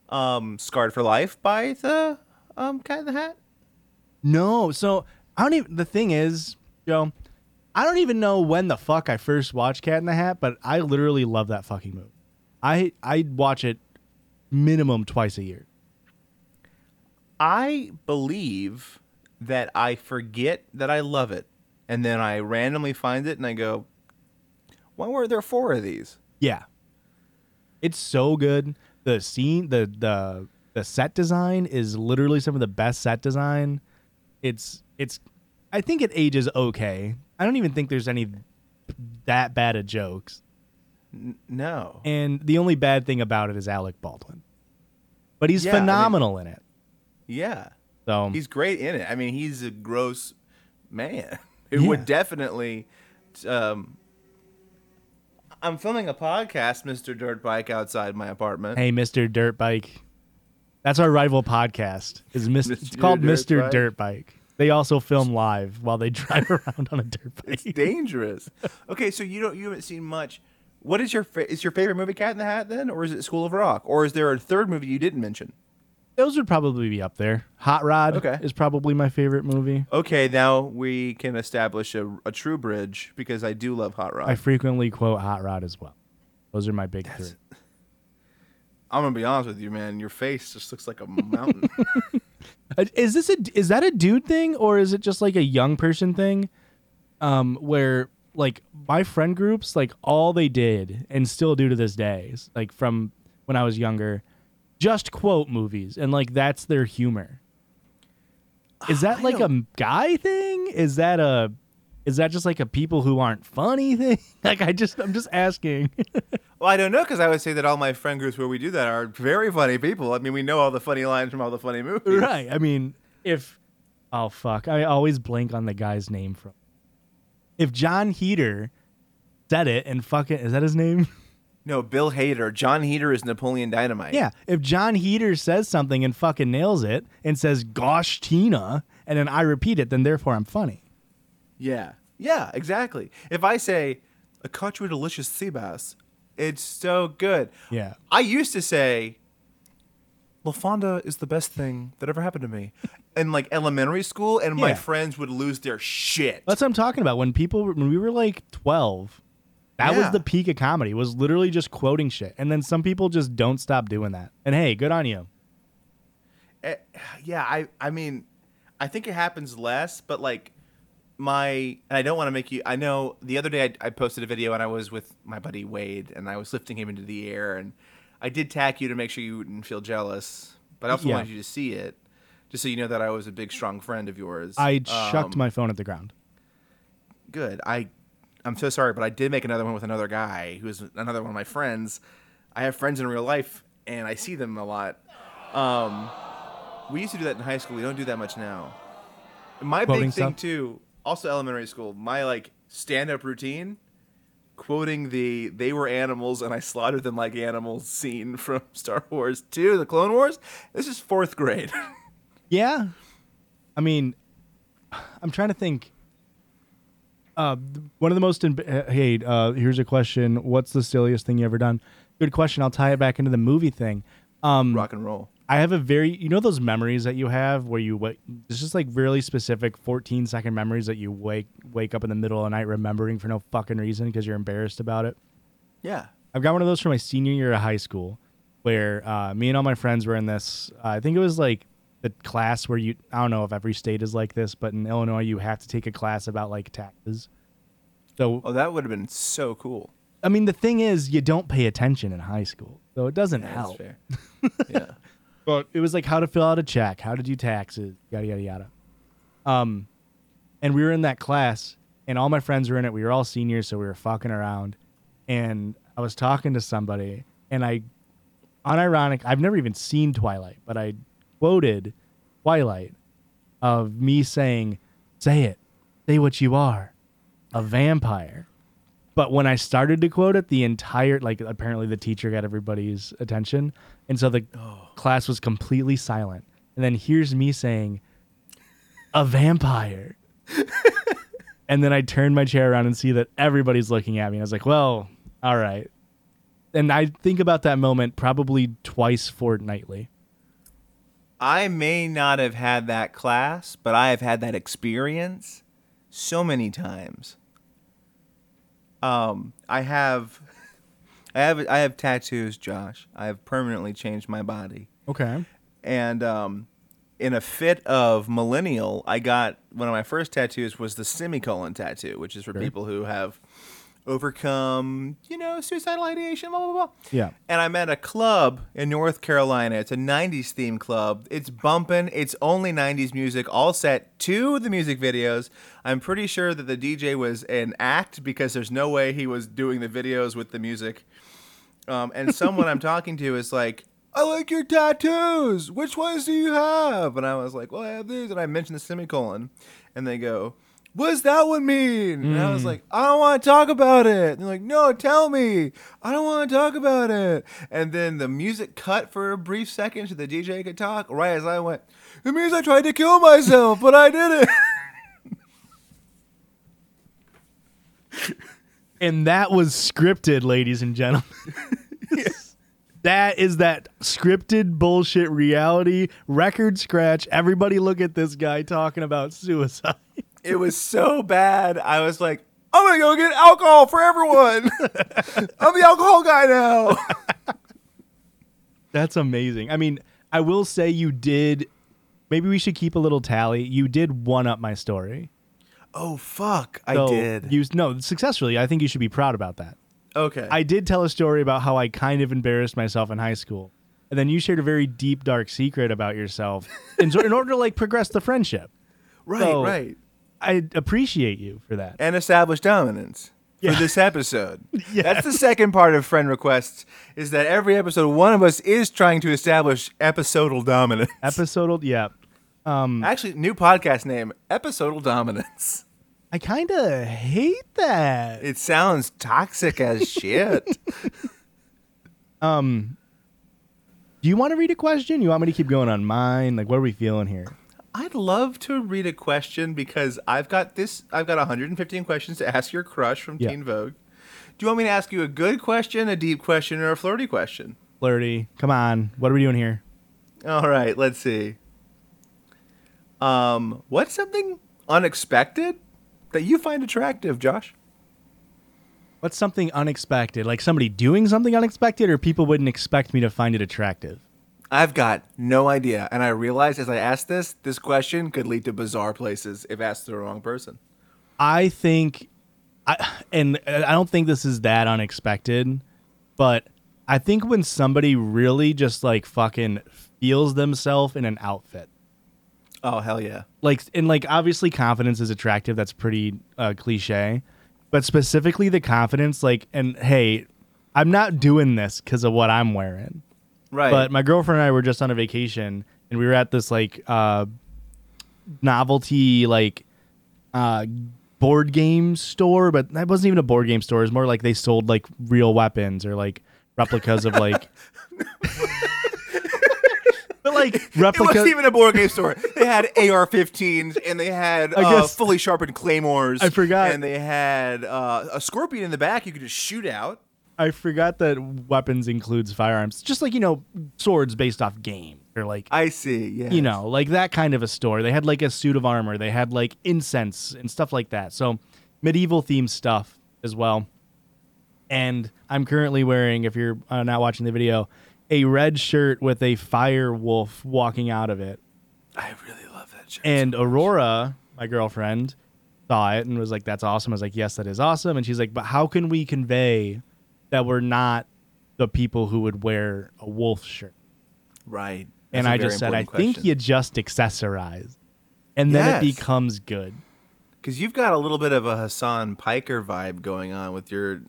S3: um, scarred for life by the um, Cat in the Hat?
S2: No, so I don't even. The thing is, Joe, I don't even know when the fuck I first watched Cat in the Hat, but I literally love that fucking movie. I I watch it minimum twice a year.
S3: I believe that I forget that I love it, and then I randomly find it and I go, "Why were there four of these?"
S2: Yeah, it's so good. The scene, the the the set design is literally some of the best set design. It's it's. I think it ages okay. I don't even think there's any that bad of jokes.
S3: No.
S2: And the only bad thing about it is Alec Baldwin. But he's
S3: Yeah, I mean-
S2: phenomenal in it.
S3: yeah,
S2: So
S3: he's great in it. I mean, he's a gross man [LAUGHS] who
S2: Yeah.
S3: would definitely. Um, I'm filming a podcast, Mister Dirtbike, outside my apartment.
S2: hey, Mr. Dirtbike. That's our rival podcast. Is Mis- It's
S3: Mr.
S2: called Mr.
S3: Dirtbike.
S2: Dirtbike. They also film live while they [LAUGHS] drive around on a dirt
S3: It's
S2: bike. [LAUGHS]
S3: dangerous. okay, so you don't you haven't seen much. What is your fa- is your favorite movie Cat in the Hat then, or is it School of Rock, or is there a third movie you didn't mention?
S2: Those would probably be up there. Hot Rod
S3: Okay.
S2: is probably my favorite movie.
S3: Okay, now we can establish a, a true bridge because I do love Hot Rod.
S2: I frequently quote Hot Rod as well. Those are my big three.
S3: I'm gonna be honest with you, man. Your face just looks like a mountain.
S2: Uh, Is this a is that a dude thing or is it just like a young person thing? Um, where like my friend groups, like all they did and still do to this day, is, like from when I was younger, just quote movies and like that's their humor. Is that like a guy thing? Is that a Is that just like a people who aren't funny [LAUGHS] thing? Like I just I'm just asking. [LAUGHS]
S3: Well, I don't know because I would say that all my friend groups where we do that are very funny people. I mean, we know all the funny lines from all the funny movies.
S2: right. I mean, if oh fuck, I always blank on the guy's name from. If John Heater said it and fucking is that his name?
S3: No, Bill Hader. John Heater is Napoleon Dynamite.
S2: [LAUGHS] Yeah, if John Heater says something and fucking nails it and says "Gosh, Tina," and then I repeat it, then therefore I'm funny.
S3: Yeah. Yeah, exactly. If I say, I caught you a delicious sea bass, it's so good.
S2: Yeah.
S3: I used to say, LaFonda is the best thing that ever happened to me in like elementary school, and my
S2: Yeah.
S3: friends would lose their shit.
S2: That's what I'm talking about. When people, when we were like 12, that
S3: Yeah.
S2: was the peak of comedy. Was literally just quoting shit, and then some people just don't stop doing that. And hey, good on you.
S3: Eh, yeah, I I mean, I think it happens less, but like my and I don't want to make you. I know the other day I, I posted a video and I was with my buddy Wade and I was lifting him into the air and I did tack you to make sure you wouldn't feel jealous, but I also
S2: Yeah.
S3: wanted you to see it just so you know that I was a big strong friend of yours.
S2: I chucked
S3: Um,
S2: my phone at the ground.
S3: good. I I'm so sorry, but I did make another one with another guy who is another one of my friends. I have friends in real life and I see them a lot. Um, we used to do that in high school. We don't do that much now. My
S2: Quoting
S3: big thing
S2: stuff?
S3: too, also elementary school, my like stand-up routine quoting the they were animals and I slaughtered them like animals [LAUGHS] scene from Star Wars 2, the Clone Wars. This is 4th grade.
S2: Yeah. I mean, I'm trying to think. Uh, th- one of the most. Im- uh, hey, uh, here's a question. What's the silliest thing you ever done? Good question. I'll tie it back into the movie thing.
S3: [LAUGHS] Rock and roll.
S2: I have a very, you know, those memories that you have where you wake. It's just like really specific, fourteen second memories that you wake wake up in the middle of the night remembering for no fucking reason because you're embarrassed about it.
S3: Yeah.
S2: I've got one of those from my senior year of high school, where uh, me and all my friends were in this. Uh, I think it was like the class where you. I don't know if every state is like this, but in Illinois, you have to take a class about like taxes. So
S3: Oh, that would have been so cool.
S2: I mean, the thing is, you don't pay attention in high school, so it doesn't
S3: Yeah,
S2: help.
S3: That's fair.
S2: [LAUGHS]
S3: yeah.
S2: But it was like how to fill out a check, how to do taxes, yada yada yada. Um, and we were in that class, and all my friends were in it. We were all seniors, so we were fucking around. And I was talking to somebody, and I, unironic, I've never even seen Twilight, but I quoted Twilight of me saying, "Say it, say what you are, a vampire." But when I started to quote it, the entire like apparently the teacher got everybody's attention, and so the class was completely silent. And then here's me saying, "A vampire," and then I turned my chair around and see that everybody's looking at me. And I was like, "Well, all right." And I think about that moment probably twice fortnightly.
S3: I may not have had that class, but I have had that experience so many times. Um, I have, I have, I have tattoos, Josh. I have permanently changed my body,
S2: Okay.
S3: and um, in a fit of millennial, I got one of my first tattoos was the semicolon tattoo, which is for people who have overcome, you know, suicidal ideation, blah blah blah
S2: Yeah.
S3: and I'm at a club in North Carolina. It's a 90s themed club. It's bumping, it's only 90s music, all set to the music videos. I'm pretty sure that the DJ was an act because there's no way he was doing the videos with the music. Um, and someone I'm talking to is like, I like your tattoos. Which ones do you have? And I was like, Well, I have these. And I mentioned the semicolon. And they go, What does that one mean? And I was like, I don't want to talk about it. And they're like, No, tell me. I don't want to talk about it. And then the music cut for a brief second so the DJ could talk. Right as I went, It means I tried to kill myself, but I didn't.
S2: And that was scripted, ladies and [LAUGHS] gentlemen. That is that scripted bullshit reality record scratch. Everybody look at this guy talking about suicide.
S3: [LAUGHS] It was so bad. I was like, I'm gonna go get alcohol for everyone. [LAUGHS] I'm the alcohol guy now. [LAUGHS]
S2: That's amazing. I mean, I will say you did maybe we should keep a little tally. You did one up my story.
S3: Oh fuck, I
S2: So
S3: did.
S2: You no, successfully. I think you should be proud about that.
S3: okay.
S2: I did tell a story about how I kind of embarrassed myself in high school. And then you shared a very deep dark secret about yourself in, in order to like progress the friendship.
S3: right,
S2: So,
S3: right.
S2: I appreciate you for that.
S3: and establish dominance
S2: Yeah.
S3: for this episode.
S2: [LAUGHS] Yeah.
S3: That's the second part of friend requests is that every episode one of us is trying to establish episodal
S2: [LAUGHS]
S3: dominance.
S2: Episodal, yeah.
S3: [LAUGHS] Actually, new podcast name, episodal dominance. [LAUGHS]
S2: I kind of hate that.
S3: It sounds toxic
S2: [LAUGHS]
S3: as shit.
S2: Do you want to read a question? You want me to keep going on mine? Like, what are we feeling here?
S3: I'd love to read a question because I've got this I've got 115 questions to ask your crush from
S2: Yeah.
S3: Teen Vogue. Do you want me to ask you a good question, a deep question, or a flirty question?
S2: Flirty. Come on. What are we doing here?
S3: All right, let's see. Um, what's something unexpected that you find attractive, Josh?
S2: What's something unexpected? Like somebody doing something unexpected, or people wouldn't expect me to find it attractive?
S3: I've got no idea, and I realize as I ask this, this question could lead to bizarre places if asked to the wrong person.
S2: I think, I, and I don't think this is that unexpected, but I think when somebody really just like fucking feels themselves in an outfit,
S3: Oh hell yeah!
S2: like, and like obviously confidence is attractive. That's pretty uh, cliche, but specifically the confidence, like, and hey, I'm not doing this because of what I'm wearing.
S3: Right,
S2: But uh, my girlfriend and I were just on a vacation, and we were at this like uh, novelty like uh, board game store, but that wasn't even a board game store. It was more like they sold like real weapons or like replicas of
S3: [LAUGHS]
S2: like. [LAUGHS] but like
S3: it wasn't
S2: replicas.
S3: even a board game store. They had [LAUGHS] AR-15s and they had
S2: I
S3: uh,
S2: guess-
S3: fully sharpened claymores.
S2: I forgot.
S3: And they had uh, a scorpion in the back you could just shoot out.
S2: I forgot that weapons includes firearms. Just like you know, swords based off game or like
S3: I see. Yeah,
S2: you know, like that kind of a store. They had like a suit of armor. They had like incense and stuff like that. So medieval themed stuff as well. And I'm currently wearing, if you're uh, not watching the video, a red shirt with a fire wolf walking out of it.
S3: I really love that shirt.
S2: And Aurora, my girlfriend, saw it and was like, "That's awesome." I was like, "Yes, that is awesome." And she's like, "But how can we convey that we're not the people who would wear a wolf shirt?"
S3: Right.
S2: and I just said, I think you just accessorize, and then it
S3: Yes.
S2: becomes good.
S3: because you've got a little bit of a Hassan Piker vibe going on with your,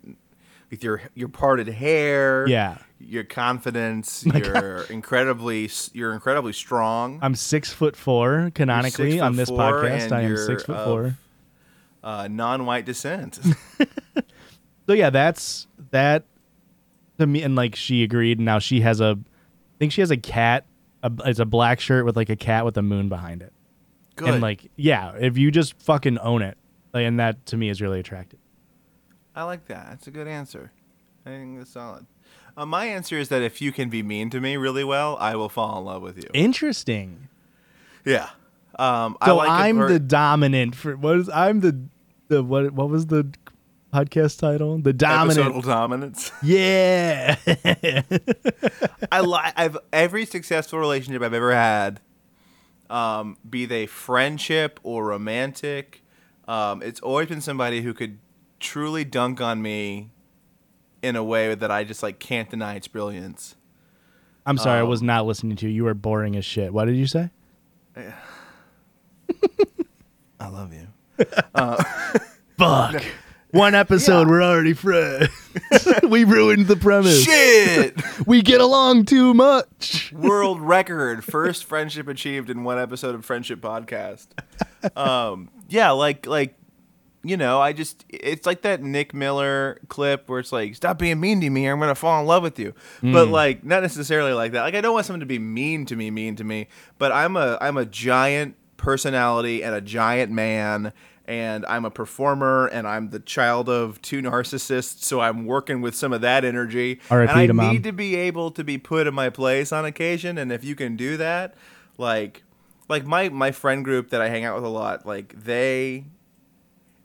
S3: with your your parted hair.
S2: Yeah.
S3: Your
S2: [LAUGHS]
S3: confidence. you're incredibly s- you're incredibly strong.
S2: I'm six foot four canonically
S3: six foot
S2: on this
S3: four,
S2: podcast.
S3: and
S2: I am
S3: you're
S2: six foot
S3: of-
S2: four.
S3: uh, non-white
S2: [LAUGHS]
S3: descent.
S2: So yeah, that's that to me, and like she agreed. And now she has a, I think she has a cat. A, it's a black shirt with like a cat with a moon behind it.
S3: Good.
S2: And like yeah, if you just fucking own it, like, and that to me is really attractive.
S3: I like that. That's a good answer. I think that's solid. Uh, my answer is that if you can be mean to me really well, I will fall in love with you.
S2: Interesting.
S3: Yeah. Um, I
S2: So
S3: like a
S2: I'm
S3: per-
S2: the dominant for what is I'm the the what what was the podcast title? The dominant
S3: episodal dominance.
S2: Yeah. [LAUGHS]
S3: I li- I've every successful relationship I've ever had, um, be they friendship or romantic, um, it's always been somebody who could truly dunk on me in a way that I just like can't deny its brilliance.
S2: I'm sorry, I was not listening to you. You were boring as shit. What did you say?
S3: I love you.
S2: Fuck. One episode,
S3: Yeah.
S2: we're already friends. [LAUGHS] we ruined the premise.
S3: Shit! [LAUGHS]
S2: We get along too much.
S3: World record, first friendship achieved in one episode of Friendship Podcast. Um, yeah, like like you know, I just it's like that Nick Miller clip where it's like, stop being mean to me or I'm gonna fall in love with you.
S2: Hmm.
S3: But like not necessarily like that. Like I don't want someone to be mean to me, mean to me, but I'm a I'm a giant personality and a giant man and I'm a performer and I'm the child of two narcissists, so I'm working with some of that energy.
S2: R.I.P.
S3: and I
S2: to Mom.
S3: need to be able to be put in my place on occasion and if you can do that, like like my my friend group that I hang out with a lot, like they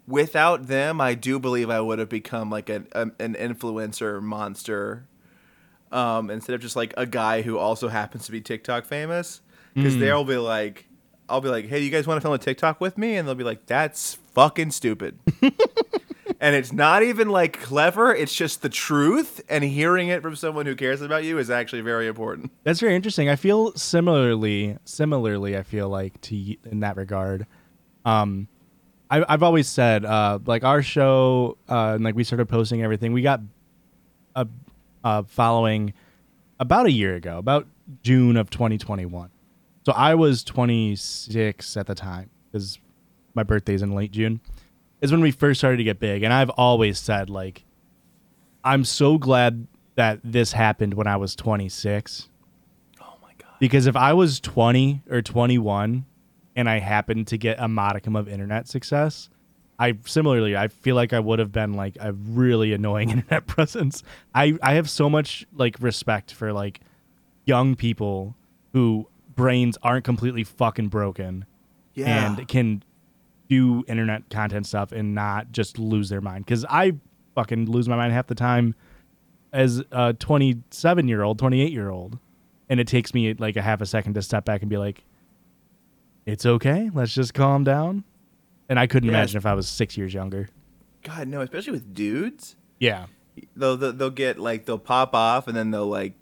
S3: without them, I do believe I would have become like an an an influencer monster um, instead of just like a guy who also happens to be TikTok famous. Because they'll be like, I'll be like, hey, you guys want to film a TikTok with me? And they'll be like, that's fucking [LAUGHS] stupid. and it's not even like clever, it's just the truth. And hearing it from someone who cares about you is actually very important.
S2: That's very interesting. I feel similarly, similarly, I feel like to y- in that regard. Um, I, I've always said, uh, like our show, uh, and like we started posting everything. We got a, a following about a year ago, about June of 2021. So I was 26 at the time because my birthday's in late June. Is when we first started to get big, and I've always said like, I'm so glad that this happened when I was 26
S3: Oh my god.
S2: because if I was 20 or 21 and I happened to get a modicum of internet success, I similarly I feel like I would have been like a really annoying [LAUGHS] internet presence. I I have so much like respect for like young people who brains aren't completely fucking broken
S3: Yeah.
S2: and can do internet content stuff and not just lose their mind. Because I fucking lose my mind half the time as a 27 year old, 28 year old. And it takes me like a half a second to step back and be like, it's okay. Let's just calm down. And I couldn't
S3: Yeah,
S2: imagine if I was six years younger.
S3: god no, especially with dudes.
S2: Yeah.
S3: They'll, they'll they'll get like they'll pop off and then they'll like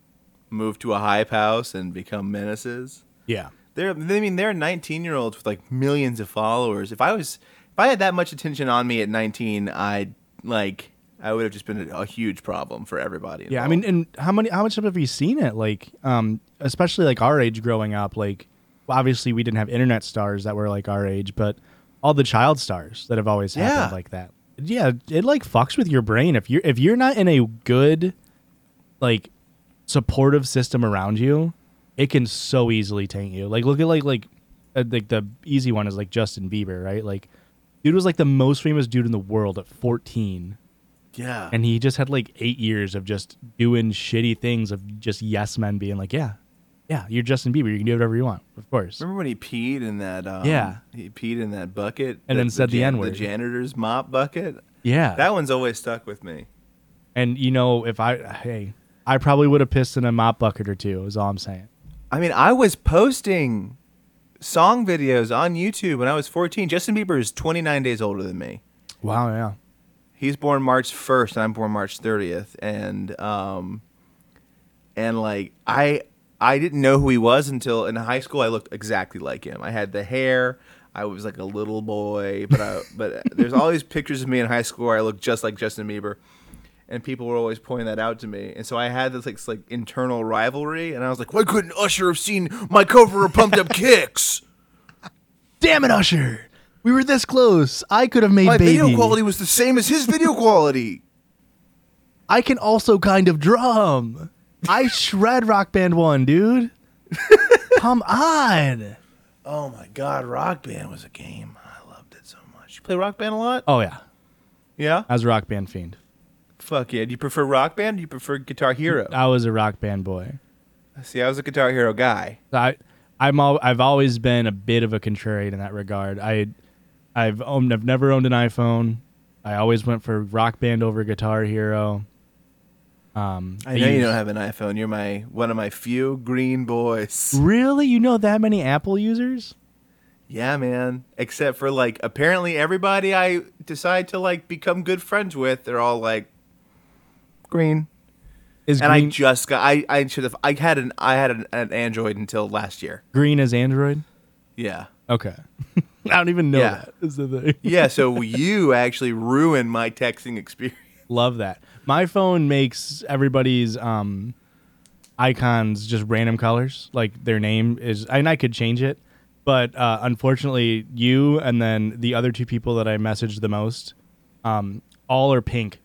S3: move to a hype house and become menaces.
S2: Yeah.
S3: They're I mean they're 19 year olds with like millions of followers. If I was if I had that much attention on me at 19, I'd like I would have just been a, a huge problem for everybody.
S2: Yeah, I
S3: involved.
S2: mean, and how many, how much have you seen it? Like, um, especially like our age growing up. Like, well, obviously we didn't have internet stars that were like our age, but all the child stars that have always happened
S3: Yeah.
S2: like that. Yeah, it like fucks with your brain if you're if you're not in a good, like, supportive system around you, it can so easily taint you. Like, look at like like uh, like the easy one is like Justin Bieber, right? Like, dude was like the most famous dude in the world at fourteen
S3: yeah.
S2: and he just had like eight years of just doing shitty things of just yes men being like, yeah, yeah, you're Justin Bieber, you can do whatever you want, of course.
S3: Remember when he peed in that? Um,
S2: Yeah.
S3: He peed in that bucket.
S2: And then said the N-word.
S3: The janitor's mop bucket.
S2: Yeah,
S3: That one's always stuck with me.
S2: and you know if I hey, I probably would have pissed in a mop bucket or two. Is all I'm saying.
S3: I mean, I was posting song videos on YouTube when I was 14. Justin Bieber is 29 days older than me.
S2: Wow, yeah,
S3: He's born March 1st, and I'm born March 30th. And um, and like I I didn't know who he was until in high school. I looked exactly like him. I had the hair. I was like a little boy, but I, but there's all these pictures of me in high school where I look just like Justin Bieber, and people were always pointing that out to me. And so I had this like, s- like internal rivalry, and I was like, why couldn't Usher have seen my cover of Pumped Up Kicks?
S2: damn it, Usher, we were this close. I could have made
S3: My
S2: baby.
S3: video quality was the same as his video quality.
S2: I can also kind of drum. I [LAUGHS] shred rock band
S3: [LAUGHS]
S2: one, dude. Come on.
S3: Oh my God, Rock Band was a game. I loved it so much. You play Rock Band a lot?
S2: Oh yeah,
S3: Yeah.
S2: I was a rock band fiend.
S3: Fuck yeah. Do you prefer Rock Band? Or do you prefer Guitar Hero?
S2: I was a rock band boy.
S3: See, I was a Guitar Hero guy.
S2: I I'm all, I've always been a bit of a contrarian in that regard. I I've owned I've never owned an iPhone. I always went for Rock Band over Guitar Hero. Um,
S3: I know you
S2: used-
S3: don't have an iPhone. You're my one of my few green boys.
S2: Really, you know that many Apple users?
S3: Yeah, man. Except for like apparently everybody I decide to like become good friends with, they're all like green.
S2: Is
S3: And I
S2: green,
S3: just got I I should have I had an I had an, an Android until last year.
S2: green as Android?
S3: Yeah.
S2: Okay, [LAUGHS] I don't even know
S3: Yeah.
S2: that is the thing.
S3: Yeah, so [LAUGHS] you actually ruined my texting experience.
S2: Love that. My phone makes everybody's um, icons just random colors. Like their name is, and I could change it, but uh, unfortunately, you and then the other two people that I messaged the most, um, all are pink,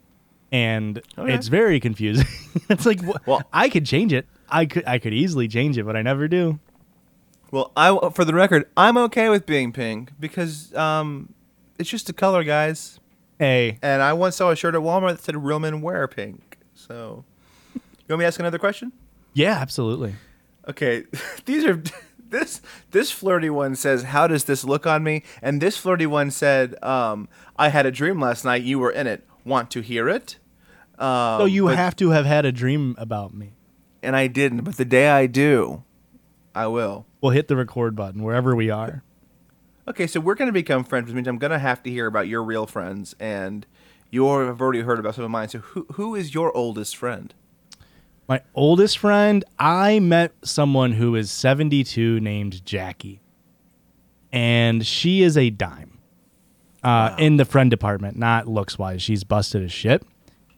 S2: and
S3: Okay.
S2: it's very confusing. [LAUGHS] it's like, wh-
S3: Oh, Well-
S2: I could change it. I could, I could easily change it, but I never do.
S3: Well, I for the record, I'm okay with being pink because um it's just a color, guys.
S2: Hey,
S3: And I once saw a shirt at Walmart that said "Real men wear pink." So, you want me to ask another question?
S2: yeah, absolutely.
S3: Okay, [LAUGHS] these are this this flirty one says, "How does this look on me?" And this flirty one said, um, "I had a dream last night. You were in it. Want to hear it?" Um,
S2: So you
S3: but-
S2: have to have had a dream about me.
S3: and I didn't. But the day I do, I will.
S2: We'll hit the record button wherever we are.
S3: Okay, so we're going to become friends, which means I'm going to have to hear about your real friends, and you're have already heard about some of mine. So who who is your oldest friend?
S2: My oldest friend, I met someone who is 72 named Jackie. And she is a dime. uh, in the friend department, not looks wise. She's busted as shit.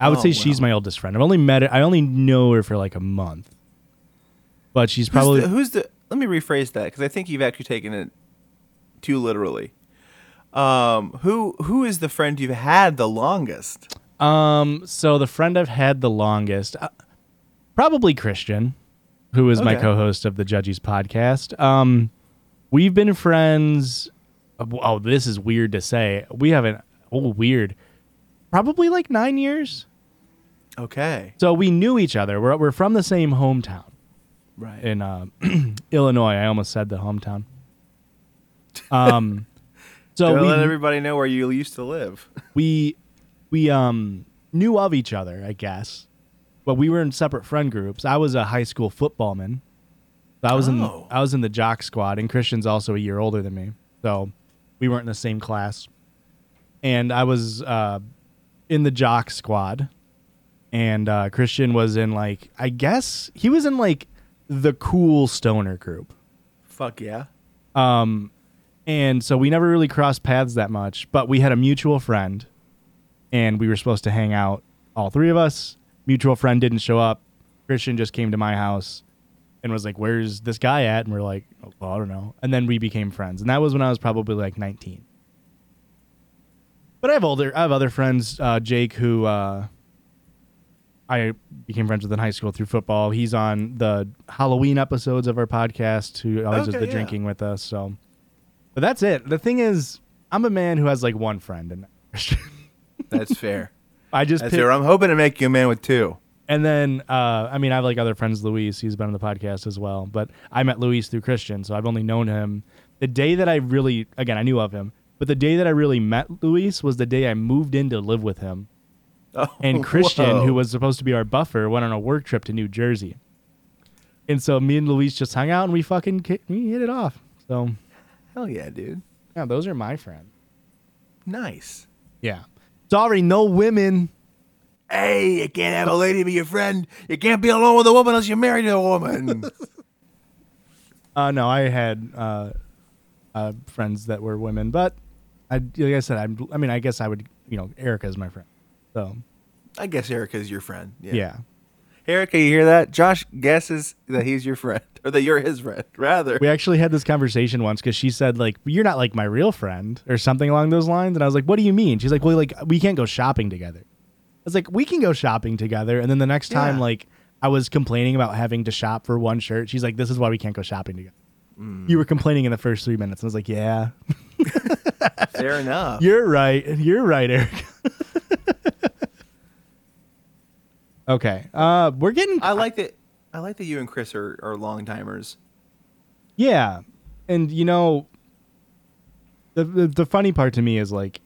S2: I would
S3: Oh,
S2: say she's my oldest friend. I've only met her. I only know her for like a month, but she's probably
S3: who's the, who's the let me rephrase that because i think you've actually taken it too literally um who who is the friend you've had the longest
S2: Um, so the friend I've had the longest, uh, probably Christian, who is my
S3: Okay.
S2: co-host of the Judges podcast. Um, we've been friends. Oh, this is weird to say. We haven't. Oh, weird. Probably like nine years.
S3: okay
S2: So we knew each other. We're we're from the same hometown
S3: right
S2: in uh, [CLEARS THROAT] Illinois. I almost said the hometown. Um, so
S3: [LAUGHS] Don't
S2: we
S3: let everybody know where you used to live [LAUGHS]
S2: we we um knew of each other, I guess, but we were in separate friend groups. I was a high school footballman. So I was
S3: Oh.
S2: in I was in the jock squad, and Christian's also a year older than me, so we weren't in the same class. And I was uh, in the jock squad, and uh, Christian was in like I guess he was in like the cool stoner group.
S3: fuck yeah
S2: Um, and so we never really crossed paths that much, but we had a mutual friend and we were supposed to hang out, all three of us. Mutual friend didn't show up. Christian just came to my house and was like, Where's this guy at? And we're like, oh, well, I don't know. And then we became friends. And that was when I was probably like 19. But I have older, I have other friends, uh, Jake, who uh, I became friends with in high school through football. He's on the Halloween episodes of our podcast. Who always does
S3: Okay,
S2: the
S3: yeah.
S2: drinking with us. So, but that's it. The thing is, I'm a man who has like one friend, and [LAUGHS]
S3: that's fair
S2: I just
S3: that's
S2: pick-
S3: fair i'm hoping to make you a man with two
S2: and then uh, I mean I have like other friends. Luis, he's been on the podcast as well. But I met Luis through Christian, so I've only known him. The day that I really, again, I knew of him, but the day that I really met Luis was the day I moved in to live with him.
S3: oh, [LAUGHS]
S2: And Christian,
S3: whoa.
S2: who was supposed to be our buffer, went on a work trip to New Jersey. And so me and Luis just hung out and we fucking ki- we hit it off. So
S3: hell yeah dude
S2: yeah, those are my friends.
S3: nice
S2: Yeah. Sorry, no women.
S3: hey you can't have a lady be your friend you can't be alone with a woman unless you're married to a
S2: [LAUGHS]
S3: woman
S2: Uh, no, I had uh, uh, friends that were women, but I, like I said, I'm, I mean, I guess I would, you know, Erica's my friend. So
S3: i guess erica's your friend
S2: yeah,
S3: Erica, you hear that? Josh guesses that he's your friend, [LAUGHS] or that you're his friend, rather.
S2: we actually had this conversation once because she said like, "You're not like my real friend" or something along those lines, and I was like, "What do you mean?" She's like, "Well, like we can't go shopping together." I was like, "We can go shopping together," and then the next time
S3: Yeah.
S2: like I was complaining about having to shop for one shirt, she's like, "This is why we can't go shopping together." You were complaining in the first three minutes, and I was like, "Yeah,
S3: Fair enough.
S2: You're right. You're right, Eric. [LAUGHS] okay. Uh we're getting
S3: I like that. I like that you and Chris are, are long timers.
S2: Yeah. And you know the, the the funny part to me is like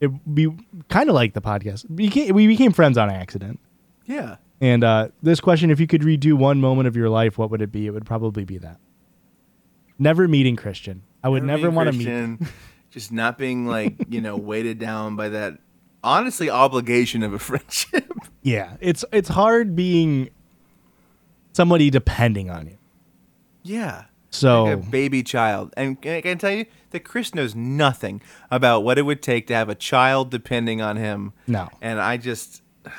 S2: it we kind of like the podcast. We became, we became friends on accident.
S3: Yeah.
S2: And uh this question if you could redo one moment of your life, what would it be? It would probably be that. Never meeting Christian. I would never want to meet [LAUGHS]
S3: Just not being like you know weighted down by that honestly obligation of a friendship.
S2: Yeah. It's it's hard being somebody depending on you.
S3: yeah.
S2: So
S3: Like a baby child, and can I can I tell you that Chris knows nothing about what it would take to have a child depending on him.
S2: No.
S3: And I just. [SIGHS]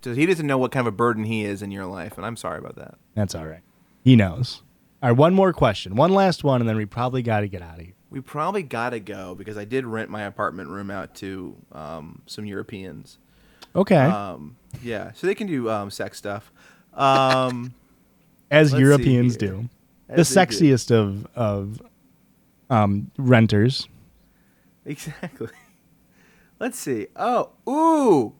S3: just- He doesn't know what kind of a burden he is in your life, and I'm sorry about that.
S2: That's all right. He knows. All right, one more question. One last one, and then we probably got to get out of here.
S3: We probably gotta go because I did rent my apartment room out to um, some Europeans.
S2: Okay.
S3: Um, yeah, so they can do um, sex stuff. Um,
S2: As
S3: let's
S2: Europeans
S3: see here.
S2: do.
S3: As
S2: [LAUGHS] the
S3: they do.
S2: sexiest of, of um, renters.
S3: exactly. [LAUGHS] Let's see. Oh, ooh.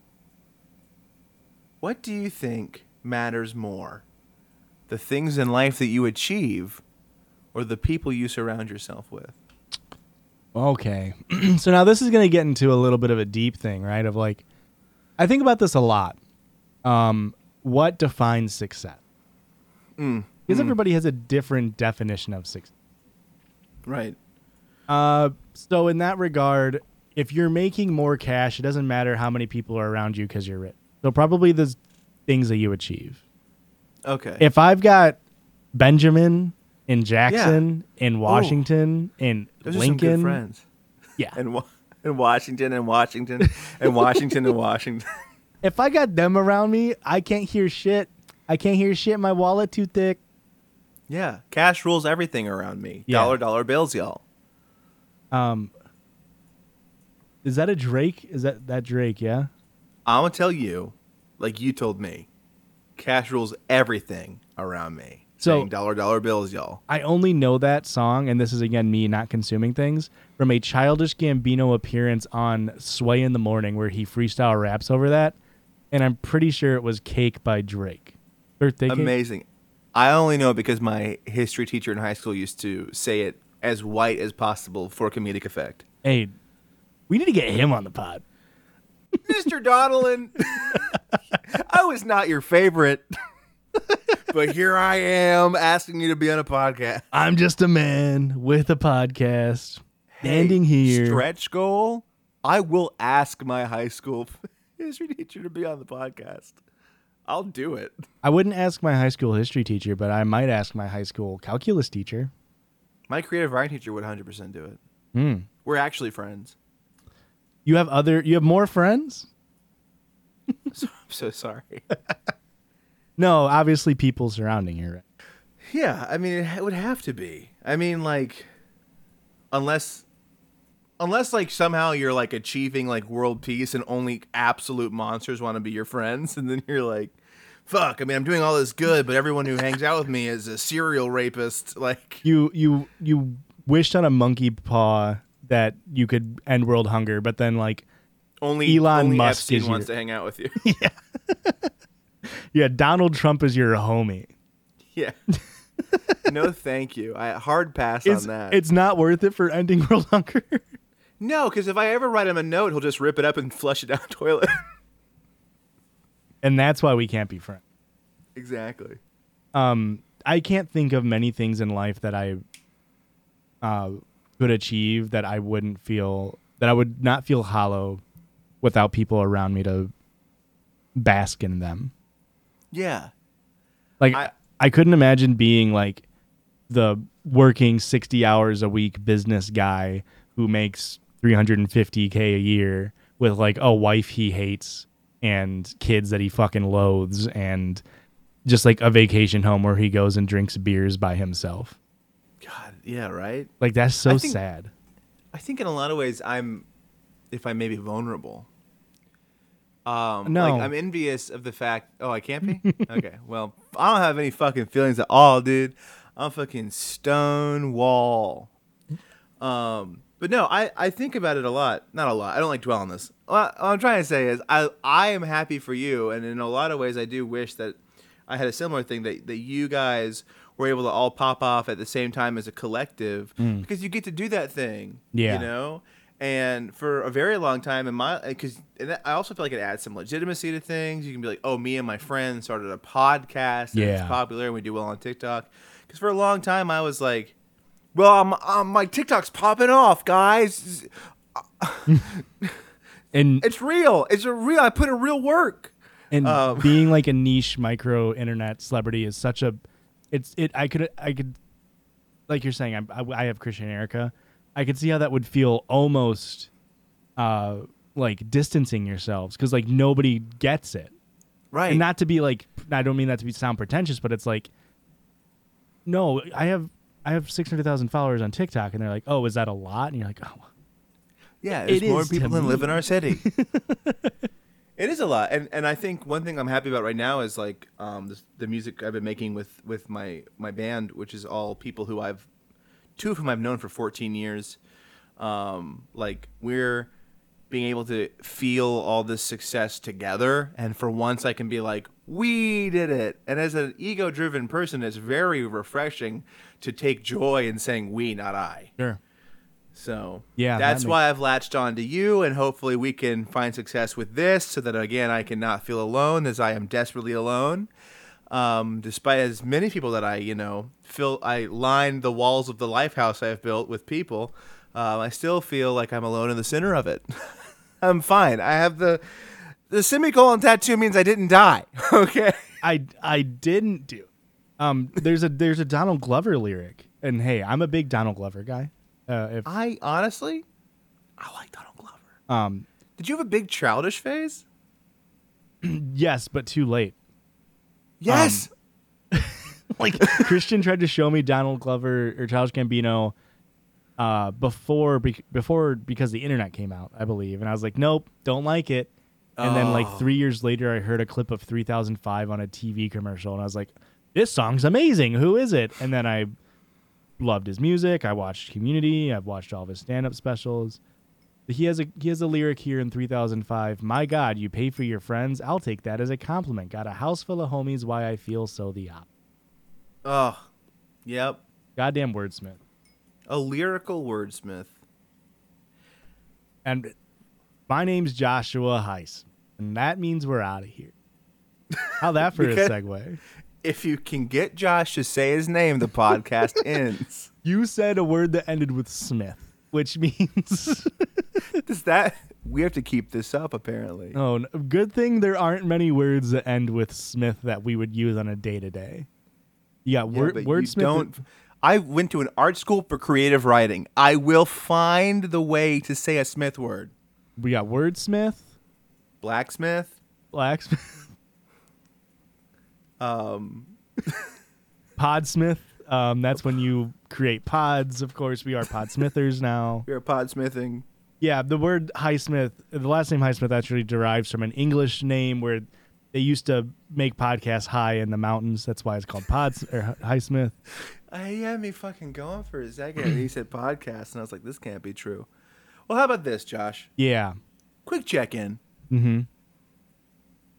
S3: What do you think matters more, the things in life that you achieve, or the people you surround yourself with?
S2: Okay. [CLEARS THROAT] so now this is going to get into a little bit of a deep thing, right? Of like, I think about this a lot. Um, what defines success? Because everybody has a different definition of success.
S3: Right.
S2: Uh, so in that regard, if you're making more cash, it doesn't matter how many people are around you because you're rich. So probably the things that you achieve.
S3: Okay.
S2: If I've got Benjamin and Jackson and Washington and
S3: Those are some good
S2: Lincoln,
S3: friends.
S2: yeah,
S3: And wa- [LAUGHS] and Washington and Washington [LAUGHS] and Washington and Washington.
S2: If I got them around me, I can't hear shit. I can't hear shit. My wallet too thick.
S3: Yeah, cash rules everything around me.
S2: Yeah.
S3: Dollar dollar bills, y'all.
S2: Um, is that a Drake? Is that that Drake? Yeah.
S3: I'm gonna tell you, like you told me, cash rules everything around me.
S2: So-
S3: Saying dollar dollar bills, y'all.
S2: I only know that song, and this is again me not consuming things from a childish Gambino appearance on Sway in the Morning, where he freestyle raps over that, and I'm pretty sure it was Cake by Drake. Birthday cake.
S3: Amazing. I only know it because my history teacher in high school used to say it as white as possible for comedic effect.
S2: Hey, we need to get him on the pod.
S3: Mr. Donnellan, I was not your favorite, but here I am asking you to be on a podcast.
S2: I'm just a man with a podcast, standing here.
S3: Stretch goal. I will ask my high school [LAUGHS] history teacher to be on the podcast. I'll do it.
S2: I wouldn't ask my high school history teacher, but I might ask my high school calculus teacher.
S3: My creative writing teacher would 100% do it.
S2: Hmm.
S3: We're actually friends.
S2: You have other, you have more friends?
S3: So, I'm so sorry.
S2: No, obviously people surrounding you. Right?
S3: [LAUGHS] Yeah, I mean, it ha- would have to be. I mean, like, unless, unless like somehow you're like achieving like world peace and only absolute monsters want to be your friends, [LAUGHS] and then you're like, fuck. I mean, I'm doing all this good, but everyone who hangs out with me is a serial rapist. [LAUGHS] Like,
S2: You you you wished on a monkey paw that you could end world hunger, but then like
S3: only
S2: Elon
S3: only
S2: Musk
S3: Epstein
S2: is
S3: wants
S2: your-
S3: to hang out with you.
S2: [LAUGHS]
S3: [LAUGHS]
S2: yeah, Donald Trump is your homie.
S3: yeah. no, thank you. I hard pass
S2: It's,
S3: on that.
S2: it's not worth it for ending [LAUGHS] world hunger.
S3: no, because if I ever write him a note, he'll just rip it up and flush it down the toilet. [LAUGHS]
S2: and that's why we can't be friends.
S3: exactly.
S2: um, I can't think of many things in life that I uh, could achieve that I wouldn't feel that I would not feel hollow without people around me to bask in them.
S3: Yeah.
S2: Like I,
S3: I-
S2: couldn't imagine being like the working 60 hours a week business guy who makes 350k a year with like a wife he hates and kids that he fucking loathes and just like a vacation home where he goes and drinks beers by himself.
S3: God. Yeah. Right.
S2: Like that's so
S3: I think-
S2: sad.
S3: I think in a lot of ways I'm, if I may be vulnerable. Um,
S2: No.
S3: like I'm envious of the fact. Oh, I can't be. [LAUGHS] okay, well I don't have any fucking feelings at all, dude. I'm fucking stone wall. Um, but no, I I think about it a lot. Not a lot. I don't like dwell on this. What what I'm trying to say is I I am happy for you, and in a lot of ways I do wish that I had a similar thing that that you guys were able to all pop off at the same time as a collective because you get to do that thing.
S2: Yeah.
S3: You know know? And for a very long time, in my because I also feel like it adds some legitimacy to things. You can be like, "Oh, me and my friend started a podcast. And
S2: Yeah.
S3: it's popular, and we do well on TikTok." Because for a long time, I was like, "Well, I'm, i my TikTok's popping off, guys.
S2: And
S3: It's real. It's a real. I put in real work."
S2: and
S3: um, [LAUGHS]
S2: being like a niche micro internet celebrity is such a it's it I could I could like you're saying I I, I have Christian Erica. I could see how that would feel almost uh like distancing yourselves cuz like nobody gets it.
S3: Right.
S2: And not to be like I don't mean that to be sound pretentious, but it's like no, I have I have 600,000 followers on TikTok and they're like, "Oh, is that a lot?" And you're like, "Oh,
S3: Yeah,
S2: It
S3: there's more
S2: is to
S3: people than live
S2: me.
S3: in our city. [LAUGHS] it is a lot, and and I think one thing I'm happy about right now is like um the, the music I've been making with with my my band, which is all people who I've two of whom I've known for 14 years. Um, like we're being able to feel all this success together, and for once I can be like, we did it. And as an ego-driven person, it's very refreshing to take joy in saying we, not I.
S2: sure."
S3: So
S2: Yeah, that
S3: that's
S2: makes-
S3: why I've latched on to you, and hopefully we can find success with this, so that again I cannot feel alone, as I am desperately alone. Um, despite as many people that I, you know, fill, I line the walls of the lifehouse I have built with people. Um, I still feel like I'm alone in the center of it. [LAUGHS] I'm fine. I have the the semicolon tattoo means I didn't die. [LAUGHS] Okay.
S2: I I didn't do. Um, there's a there's a Donald Glover lyric, and hey, I'm a big Donald Glover guy. Uh, if
S3: I honestly, I like Donald Glover.
S2: Um,
S3: Did you have a big childish phase?
S2: yes, but too late.
S3: Yes.
S2: Like [LAUGHS] Christian tried to show me Donald Glover or Childish Gambino uh, before bec before because the internet came out, I believe, and I was like, nope, don't like it. And then like
S3: Oh.
S2: three years later, I heard a clip of 3005 on a TV commercial, and I was like, this song's amazing. Who is it? And then I loved his music. I watched Community. I've watched all of his stand-up specials. He has a he has a lyric here in 3005. My God, you pay for your friends. I'll take that as a compliment. Got a house full of homies. Why I feel so the op.
S3: oh, yep.
S2: Goddamn wordsmith.
S3: A lyrical wordsmith.
S2: And my name's Joshua Heiss, and that means we're out of here. How [LAUGHS] that for a
S3: Because-
S2: segue?
S3: If you can get Josh to say his name, the podcast ends.
S2: You said a word that ended with Smith, which [LAUGHS] means
S3: Does that? We have to keep this up, apparently.
S2: oh, no, good thing there aren't many words that end with Smith that we would use on a day to day. Yeah,
S3: Yeah,
S2: word,
S3: but you
S2: wordsmith.
S3: don't. I went to an art school for creative writing. I will find the way to say a Smith word.
S2: We got wordsmith,
S3: Blacksmith.
S2: [LAUGHS] blacksmith,
S3: Um,
S2: [LAUGHS] podsmith. Um, that's when you create pods. Of course, we are podsmithers now.
S3: we are podsmithing.
S2: Yeah, the word Highsmith, the last name Highsmith actually derives from an English name where they used to make podcasts high in the mountains. That's why it's called Pods or Highsmith.
S3: I Uh, had me fucking going for a second. and he said podcast, and I was like, this can't be true. Well, how about this, Josh?
S2: Yeah.
S3: Quick check in.
S2: Mm-hmm.